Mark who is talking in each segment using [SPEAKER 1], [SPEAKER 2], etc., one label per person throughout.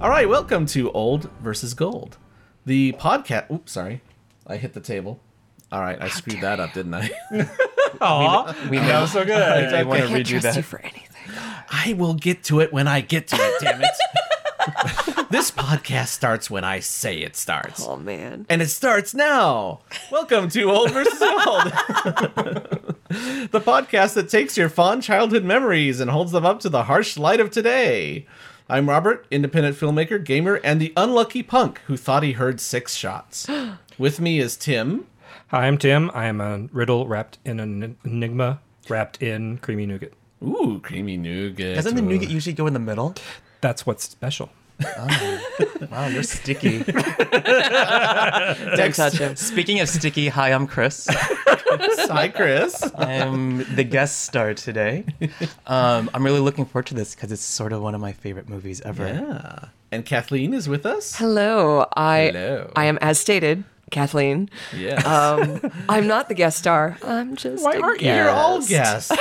[SPEAKER 1] Hi, welcome to Old versus Gold, the podcast. Oops, sorry, I hit the table. All right, I screwed that up, didn't I?
[SPEAKER 2] Aw,
[SPEAKER 3] We
[SPEAKER 2] that was so good.
[SPEAKER 3] I want to
[SPEAKER 4] Can't
[SPEAKER 3] redo
[SPEAKER 4] trust you
[SPEAKER 3] that.
[SPEAKER 4] for anything.
[SPEAKER 1] I will get to it when I get to it. Damn it! this podcast starts when I say it starts,
[SPEAKER 4] Oh man.
[SPEAKER 1] and it starts now. Welcome to Old versus Gold, the podcast that takes your fond childhood memories and holds them up to the harsh light of today. I'm Robert, independent filmmaker, gamer, and the unlucky punk who thought he heard six shots. With me is Tim.
[SPEAKER 2] Hi, I'm Tim. I am a riddle wrapped in an enigma, wrapped in creamy nougat.
[SPEAKER 1] Ooh, creamy nougat.
[SPEAKER 3] Doesn't the nougat usually go in the middle?
[SPEAKER 2] That's what's special.
[SPEAKER 3] Wow, you're sticky.
[SPEAKER 4] Don't touch him.
[SPEAKER 3] Speaking of sticky, hi, I'm Chris.
[SPEAKER 1] Hi, Chris.
[SPEAKER 3] I'm the guest star today. Um, I'm really looking forward to this because it's sort of one of my favorite movies ever.
[SPEAKER 1] Yeah. And Kathleen is with us.
[SPEAKER 4] Hello. I
[SPEAKER 1] Hello.
[SPEAKER 4] I am as stated, Kathleen.
[SPEAKER 1] Yes.
[SPEAKER 4] Um, I'm not the guest star. I'm just
[SPEAKER 1] Why
[SPEAKER 4] a
[SPEAKER 1] aren't
[SPEAKER 4] guest.
[SPEAKER 1] you all guests?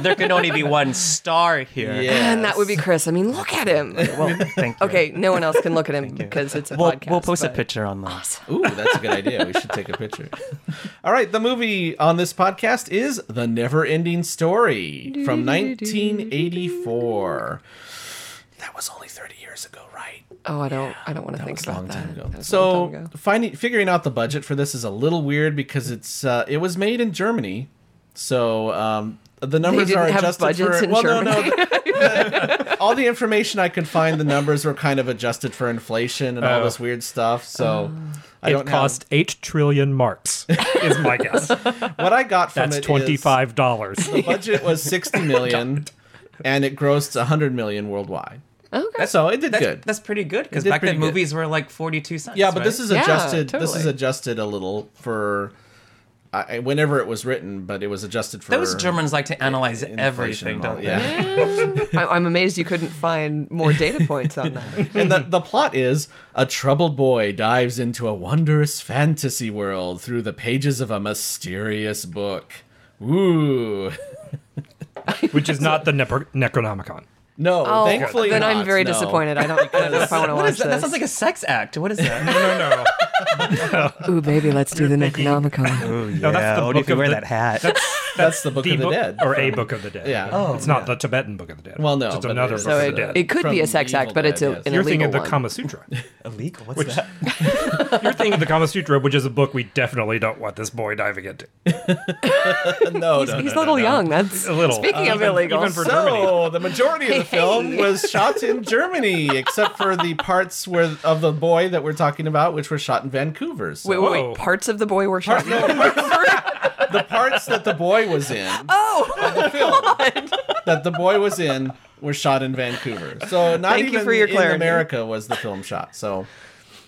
[SPEAKER 3] There can only be one star here.
[SPEAKER 4] And that would be Chris. I mean, look at him.
[SPEAKER 3] Well, thank you.
[SPEAKER 4] Okay, no one else can look at him because it's a
[SPEAKER 3] We'll,
[SPEAKER 4] podcast.
[SPEAKER 3] we'll post a
[SPEAKER 4] but-
[SPEAKER 3] picture online.
[SPEAKER 1] Ooh, that's a good idea. We should take a picture. All right, the movie on this podcast is The Never Ending Story from 1984. That was only 30 years ago, right?
[SPEAKER 4] Oh, I don't. I don't want to think
[SPEAKER 1] was a
[SPEAKER 4] about
[SPEAKER 1] long
[SPEAKER 4] that.
[SPEAKER 1] time ago.
[SPEAKER 4] That was a long time
[SPEAKER 1] So
[SPEAKER 4] ago.
[SPEAKER 1] finding figuring out the budget for this is a little weird because it's uh, it was made in Germany, so um, the numbers
[SPEAKER 4] didn't
[SPEAKER 1] are
[SPEAKER 4] have
[SPEAKER 1] adjusted
[SPEAKER 4] budgets
[SPEAKER 1] for.
[SPEAKER 4] in
[SPEAKER 1] well, no, no. the- all the information I could find, the numbers were kind of adjusted for inflation and all
[SPEAKER 2] Oh.
[SPEAKER 1] this weird stuff. So
[SPEAKER 4] Oh.
[SPEAKER 1] I
[SPEAKER 2] It
[SPEAKER 1] don't
[SPEAKER 2] cost eight trillion marks, is my guess.
[SPEAKER 1] Have, what I got from
[SPEAKER 2] That's
[SPEAKER 1] it is
[SPEAKER 2] twenty five dollars.
[SPEAKER 1] the budget was sixty million, and it grossed hundred million worldwide.
[SPEAKER 4] okay.
[SPEAKER 1] so it did good.
[SPEAKER 3] That's pretty good because
[SPEAKER 1] did
[SPEAKER 3] back
[SPEAKER 1] pretty
[SPEAKER 3] then
[SPEAKER 1] good.
[SPEAKER 3] movies were like 42 cents.
[SPEAKER 1] Yeah, but
[SPEAKER 3] right?
[SPEAKER 1] this is
[SPEAKER 4] Yeah,
[SPEAKER 1] adjusted. This is
[SPEAKER 4] totally.
[SPEAKER 1] adjusted a little for I, I- whenever it was written, but it was adjusted for
[SPEAKER 3] Those Germans like to analyze
[SPEAKER 1] inflation
[SPEAKER 3] everything,
[SPEAKER 1] and all-
[SPEAKER 3] don't they?
[SPEAKER 1] Yeah.
[SPEAKER 4] I, I'm amazed you couldn't find more data points on that.
[SPEAKER 1] and the, the plot is a troubled boy dives into a wondrous fantasy world through the pages of a mysterious book. Ooh.
[SPEAKER 2] which is not the Necro- Necronomicon.
[SPEAKER 1] No,
[SPEAKER 4] Oh,
[SPEAKER 1] thankfully
[SPEAKER 4] then I'm
[SPEAKER 1] not,
[SPEAKER 4] very
[SPEAKER 1] no.
[SPEAKER 4] disappointed. I don't, I don't know if I want to
[SPEAKER 3] What
[SPEAKER 4] watch
[SPEAKER 3] is that? that
[SPEAKER 4] this.
[SPEAKER 3] sounds like a sex act. What is that?
[SPEAKER 2] No, no, no.
[SPEAKER 4] Ooh, baby, let's do the Necronomicon.
[SPEAKER 3] Oh, yeah.
[SPEAKER 2] No, that's the
[SPEAKER 3] Only if
[SPEAKER 2] book
[SPEAKER 3] you
[SPEAKER 2] of
[SPEAKER 3] wear
[SPEAKER 2] the-
[SPEAKER 3] that hat.
[SPEAKER 1] That's the Book
[SPEAKER 2] The
[SPEAKER 1] of the
[SPEAKER 2] book,
[SPEAKER 1] Dead.
[SPEAKER 2] or a Book of the Dead.
[SPEAKER 1] Yeah.
[SPEAKER 3] Oh.
[SPEAKER 2] it's not the Tibetan Book of the Dead.
[SPEAKER 1] Well, no,
[SPEAKER 2] it's just
[SPEAKER 1] but
[SPEAKER 2] another
[SPEAKER 1] it is.
[SPEAKER 2] Book
[SPEAKER 4] So
[SPEAKER 2] of the Dead.
[SPEAKER 4] it, it could
[SPEAKER 1] From
[SPEAKER 4] be a sex
[SPEAKER 1] Evil
[SPEAKER 4] act, but it's a,
[SPEAKER 1] Dead, yes.
[SPEAKER 4] an
[SPEAKER 2] You're
[SPEAKER 4] illegal
[SPEAKER 2] thinking of the
[SPEAKER 4] one.
[SPEAKER 2] Kama Sutra.
[SPEAKER 3] Illegal? What's
[SPEAKER 2] Which-
[SPEAKER 3] that?
[SPEAKER 2] You're thinking of the Kama Sutra, which is a book we definitely don't want this boy diving into.
[SPEAKER 1] no, no,
[SPEAKER 4] He's
[SPEAKER 1] no,
[SPEAKER 4] a little
[SPEAKER 1] no, Uh, no.
[SPEAKER 4] young. That's
[SPEAKER 2] A little.
[SPEAKER 4] Speaking of
[SPEAKER 2] Even-
[SPEAKER 4] illegal,
[SPEAKER 2] even for Germany.
[SPEAKER 1] So the majority of the film was shot in Germany, except for the parts where of the boy that we're talking about, which were shot in Vancouver. So
[SPEAKER 4] wait, wait, wait.
[SPEAKER 2] Whoa.
[SPEAKER 4] Parts of the boy were shot.
[SPEAKER 1] the parts that the boy was in,
[SPEAKER 4] oh,
[SPEAKER 1] the film that the boy was in, were shot in Vancouver. So not
[SPEAKER 4] Thank you
[SPEAKER 1] even
[SPEAKER 4] for your
[SPEAKER 1] in
[SPEAKER 4] clarity.
[SPEAKER 1] America was the film shot. So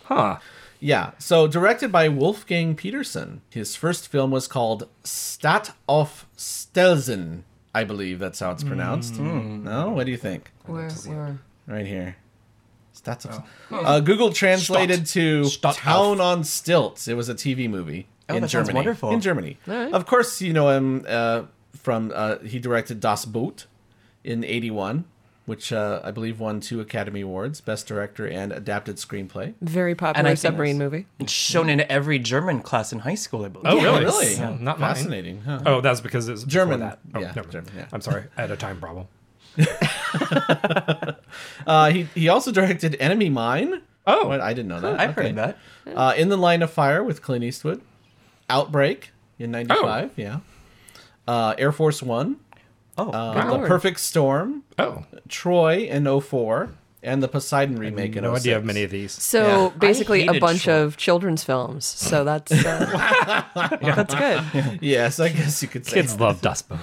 [SPEAKER 2] Huh.
[SPEAKER 1] yeah. So directed by Wolfgang Peterson, his first film was called Stadt auf Stelzen. I believe that's how it's pronounced. No, what do you think?
[SPEAKER 4] where, where?
[SPEAKER 1] right here. Stats
[SPEAKER 3] Oh.
[SPEAKER 1] of, uh, Google translated to Town on Stilts. It was a TV movie
[SPEAKER 3] Oh,
[SPEAKER 1] in
[SPEAKER 3] that sounds
[SPEAKER 1] Germany.
[SPEAKER 3] wonderful.
[SPEAKER 1] In Germany,
[SPEAKER 4] right.
[SPEAKER 1] of course, you know him uh, from uh, he directed Das Boot in '81, which uh, I believe won two Academy Awards: Best Director and Adapted Screenplay.
[SPEAKER 4] Very
[SPEAKER 3] And I
[SPEAKER 4] popular
[SPEAKER 3] think-
[SPEAKER 4] submarine movie.
[SPEAKER 3] It's shown in every German class in high school, I believe.
[SPEAKER 2] Oh, really?
[SPEAKER 1] Really?
[SPEAKER 2] Yeah, not mine.
[SPEAKER 1] Fascinating. Huh?
[SPEAKER 2] Oh, that's because it's before
[SPEAKER 1] German.
[SPEAKER 2] That. Oh,
[SPEAKER 1] Yeah,
[SPEAKER 2] never mind.
[SPEAKER 1] German, yeah.
[SPEAKER 2] I'm sorry. I had a time problem.
[SPEAKER 1] Uh, he he also directed Enemy Mine.
[SPEAKER 2] Oh,
[SPEAKER 1] What? I didn't know that.
[SPEAKER 3] I've
[SPEAKER 1] Okay.
[SPEAKER 3] heard that.
[SPEAKER 1] Uh, in the Line of Fire with Clint Eastwood, Outbreak in '95, yeah. Uh, Air Force One,
[SPEAKER 3] Oh,
[SPEAKER 1] uh,
[SPEAKER 2] Wow.
[SPEAKER 1] The Perfect Storm,
[SPEAKER 2] oh,
[SPEAKER 1] Troy in 04, and the Poseidon remake in
[SPEAKER 2] no
[SPEAKER 1] 06.
[SPEAKER 2] idea of many of these.
[SPEAKER 4] So
[SPEAKER 1] Yeah.
[SPEAKER 4] basically, a
[SPEAKER 3] hated
[SPEAKER 4] bunch
[SPEAKER 3] short-
[SPEAKER 4] of children's films. So that's uh, that's good.
[SPEAKER 1] oh Yes, I guess you could say.
[SPEAKER 2] Kids love Dust Bowl.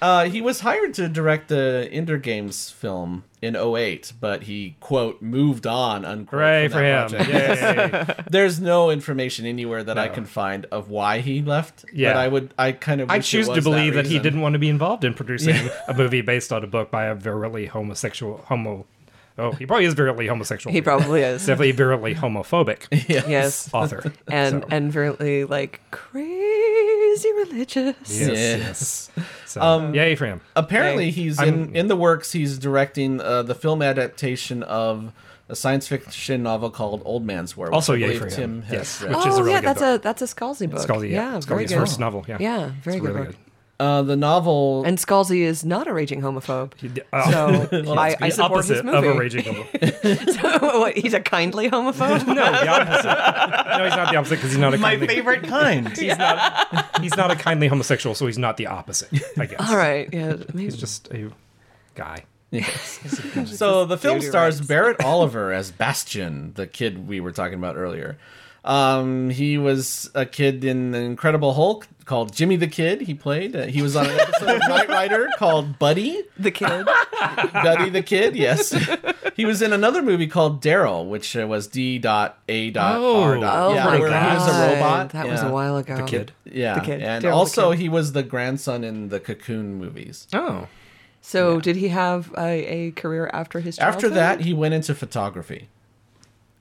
[SPEAKER 1] Uh, he was hired to direct the Ender Games film in 08, but he quote moved on unquote.
[SPEAKER 2] Hooray
[SPEAKER 1] from
[SPEAKER 2] for
[SPEAKER 1] that
[SPEAKER 2] him!
[SPEAKER 1] project.
[SPEAKER 2] Yay!
[SPEAKER 1] There's no information anywhere that I
[SPEAKER 2] No.
[SPEAKER 1] can find of why he left.
[SPEAKER 2] Yeah.
[SPEAKER 1] but I would. I kind of.
[SPEAKER 2] I
[SPEAKER 1] wish it
[SPEAKER 2] choose to
[SPEAKER 1] was
[SPEAKER 2] believe that, he
[SPEAKER 1] reason.
[SPEAKER 2] didn't want to be involved in producing a movie based on a book by a virulently homosexual homo. Oh, he probably is virulently homosexual.
[SPEAKER 4] He probably is.
[SPEAKER 2] definitely virulently homophobic
[SPEAKER 4] Yes,
[SPEAKER 2] author.
[SPEAKER 4] and
[SPEAKER 2] So,
[SPEAKER 4] and really like crazy is he religious?
[SPEAKER 2] Yes,
[SPEAKER 1] Yes.
[SPEAKER 2] So,
[SPEAKER 4] Um,
[SPEAKER 2] yay for him.
[SPEAKER 1] Apparently,
[SPEAKER 3] Thanks.
[SPEAKER 1] he's in
[SPEAKER 2] I'm-
[SPEAKER 1] in the works. He's directing uh, the film adaptation of a science fiction novel called Old Man's War. which
[SPEAKER 2] Also,
[SPEAKER 1] I
[SPEAKER 2] yay
[SPEAKER 1] believe
[SPEAKER 2] for him.
[SPEAKER 1] Tim has
[SPEAKER 2] Yes.
[SPEAKER 1] read.
[SPEAKER 2] Which
[SPEAKER 4] oh
[SPEAKER 2] is a really
[SPEAKER 4] yeah,
[SPEAKER 2] good
[SPEAKER 4] that's
[SPEAKER 2] book.
[SPEAKER 4] a that's a Scalzi book.
[SPEAKER 2] Scalzi,
[SPEAKER 4] yeah,
[SPEAKER 2] yeah.
[SPEAKER 4] very
[SPEAKER 2] Scalzi's
[SPEAKER 4] good.
[SPEAKER 2] first novel. Yeah.
[SPEAKER 4] Yeah, very
[SPEAKER 2] It's
[SPEAKER 4] good
[SPEAKER 2] really
[SPEAKER 4] book.
[SPEAKER 1] Uh, the novel.
[SPEAKER 4] And Scalzi is not a raging homophobe.
[SPEAKER 2] good. Oh,
[SPEAKER 4] So I,
[SPEAKER 2] the
[SPEAKER 4] I support
[SPEAKER 2] opposite
[SPEAKER 4] his
[SPEAKER 2] of
[SPEAKER 4] movie.
[SPEAKER 2] a raging homo.
[SPEAKER 4] so, what, he's a kindly homophobe.
[SPEAKER 2] No, the opposite. No, he's not the opposite because he's not a
[SPEAKER 3] My
[SPEAKER 2] kindly.
[SPEAKER 3] favorite kind.
[SPEAKER 2] He's not. He's not a kindly homosexual, so he's not the opposite. I guess.
[SPEAKER 4] All right, yeah, maybe
[SPEAKER 2] He's just a guy.
[SPEAKER 1] So the film
[SPEAKER 4] Theater
[SPEAKER 1] stars
[SPEAKER 4] rights.
[SPEAKER 1] Barrett Oliver as Bastion, the kid we were talking about earlier. Um, he was a kid in the Incredible Hulk called Jimmy the Kid. He played. Uh, he was on an episode of Knight Rider called Buddy.
[SPEAKER 4] the kid.
[SPEAKER 1] Buddy the Kid. Yes, he was in another movie called Daryl, which uh, was D. Dot A. Dot R.
[SPEAKER 2] Oh.
[SPEAKER 1] Dot.
[SPEAKER 4] Oh
[SPEAKER 1] yeah,
[SPEAKER 4] my
[SPEAKER 1] where
[SPEAKER 4] god,
[SPEAKER 1] he was a robot.
[SPEAKER 4] That was
[SPEAKER 1] Yeah.
[SPEAKER 4] a while ago.
[SPEAKER 2] The kid.
[SPEAKER 1] Yeah,
[SPEAKER 4] The kid.
[SPEAKER 1] and
[SPEAKER 4] Daryl the
[SPEAKER 1] also
[SPEAKER 4] kid.
[SPEAKER 1] he was the grandson in the Cocoon movies.
[SPEAKER 2] Oh.
[SPEAKER 4] So, did he have a, a career after his? Childhood?
[SPEAKER 1] After that, he went into photography.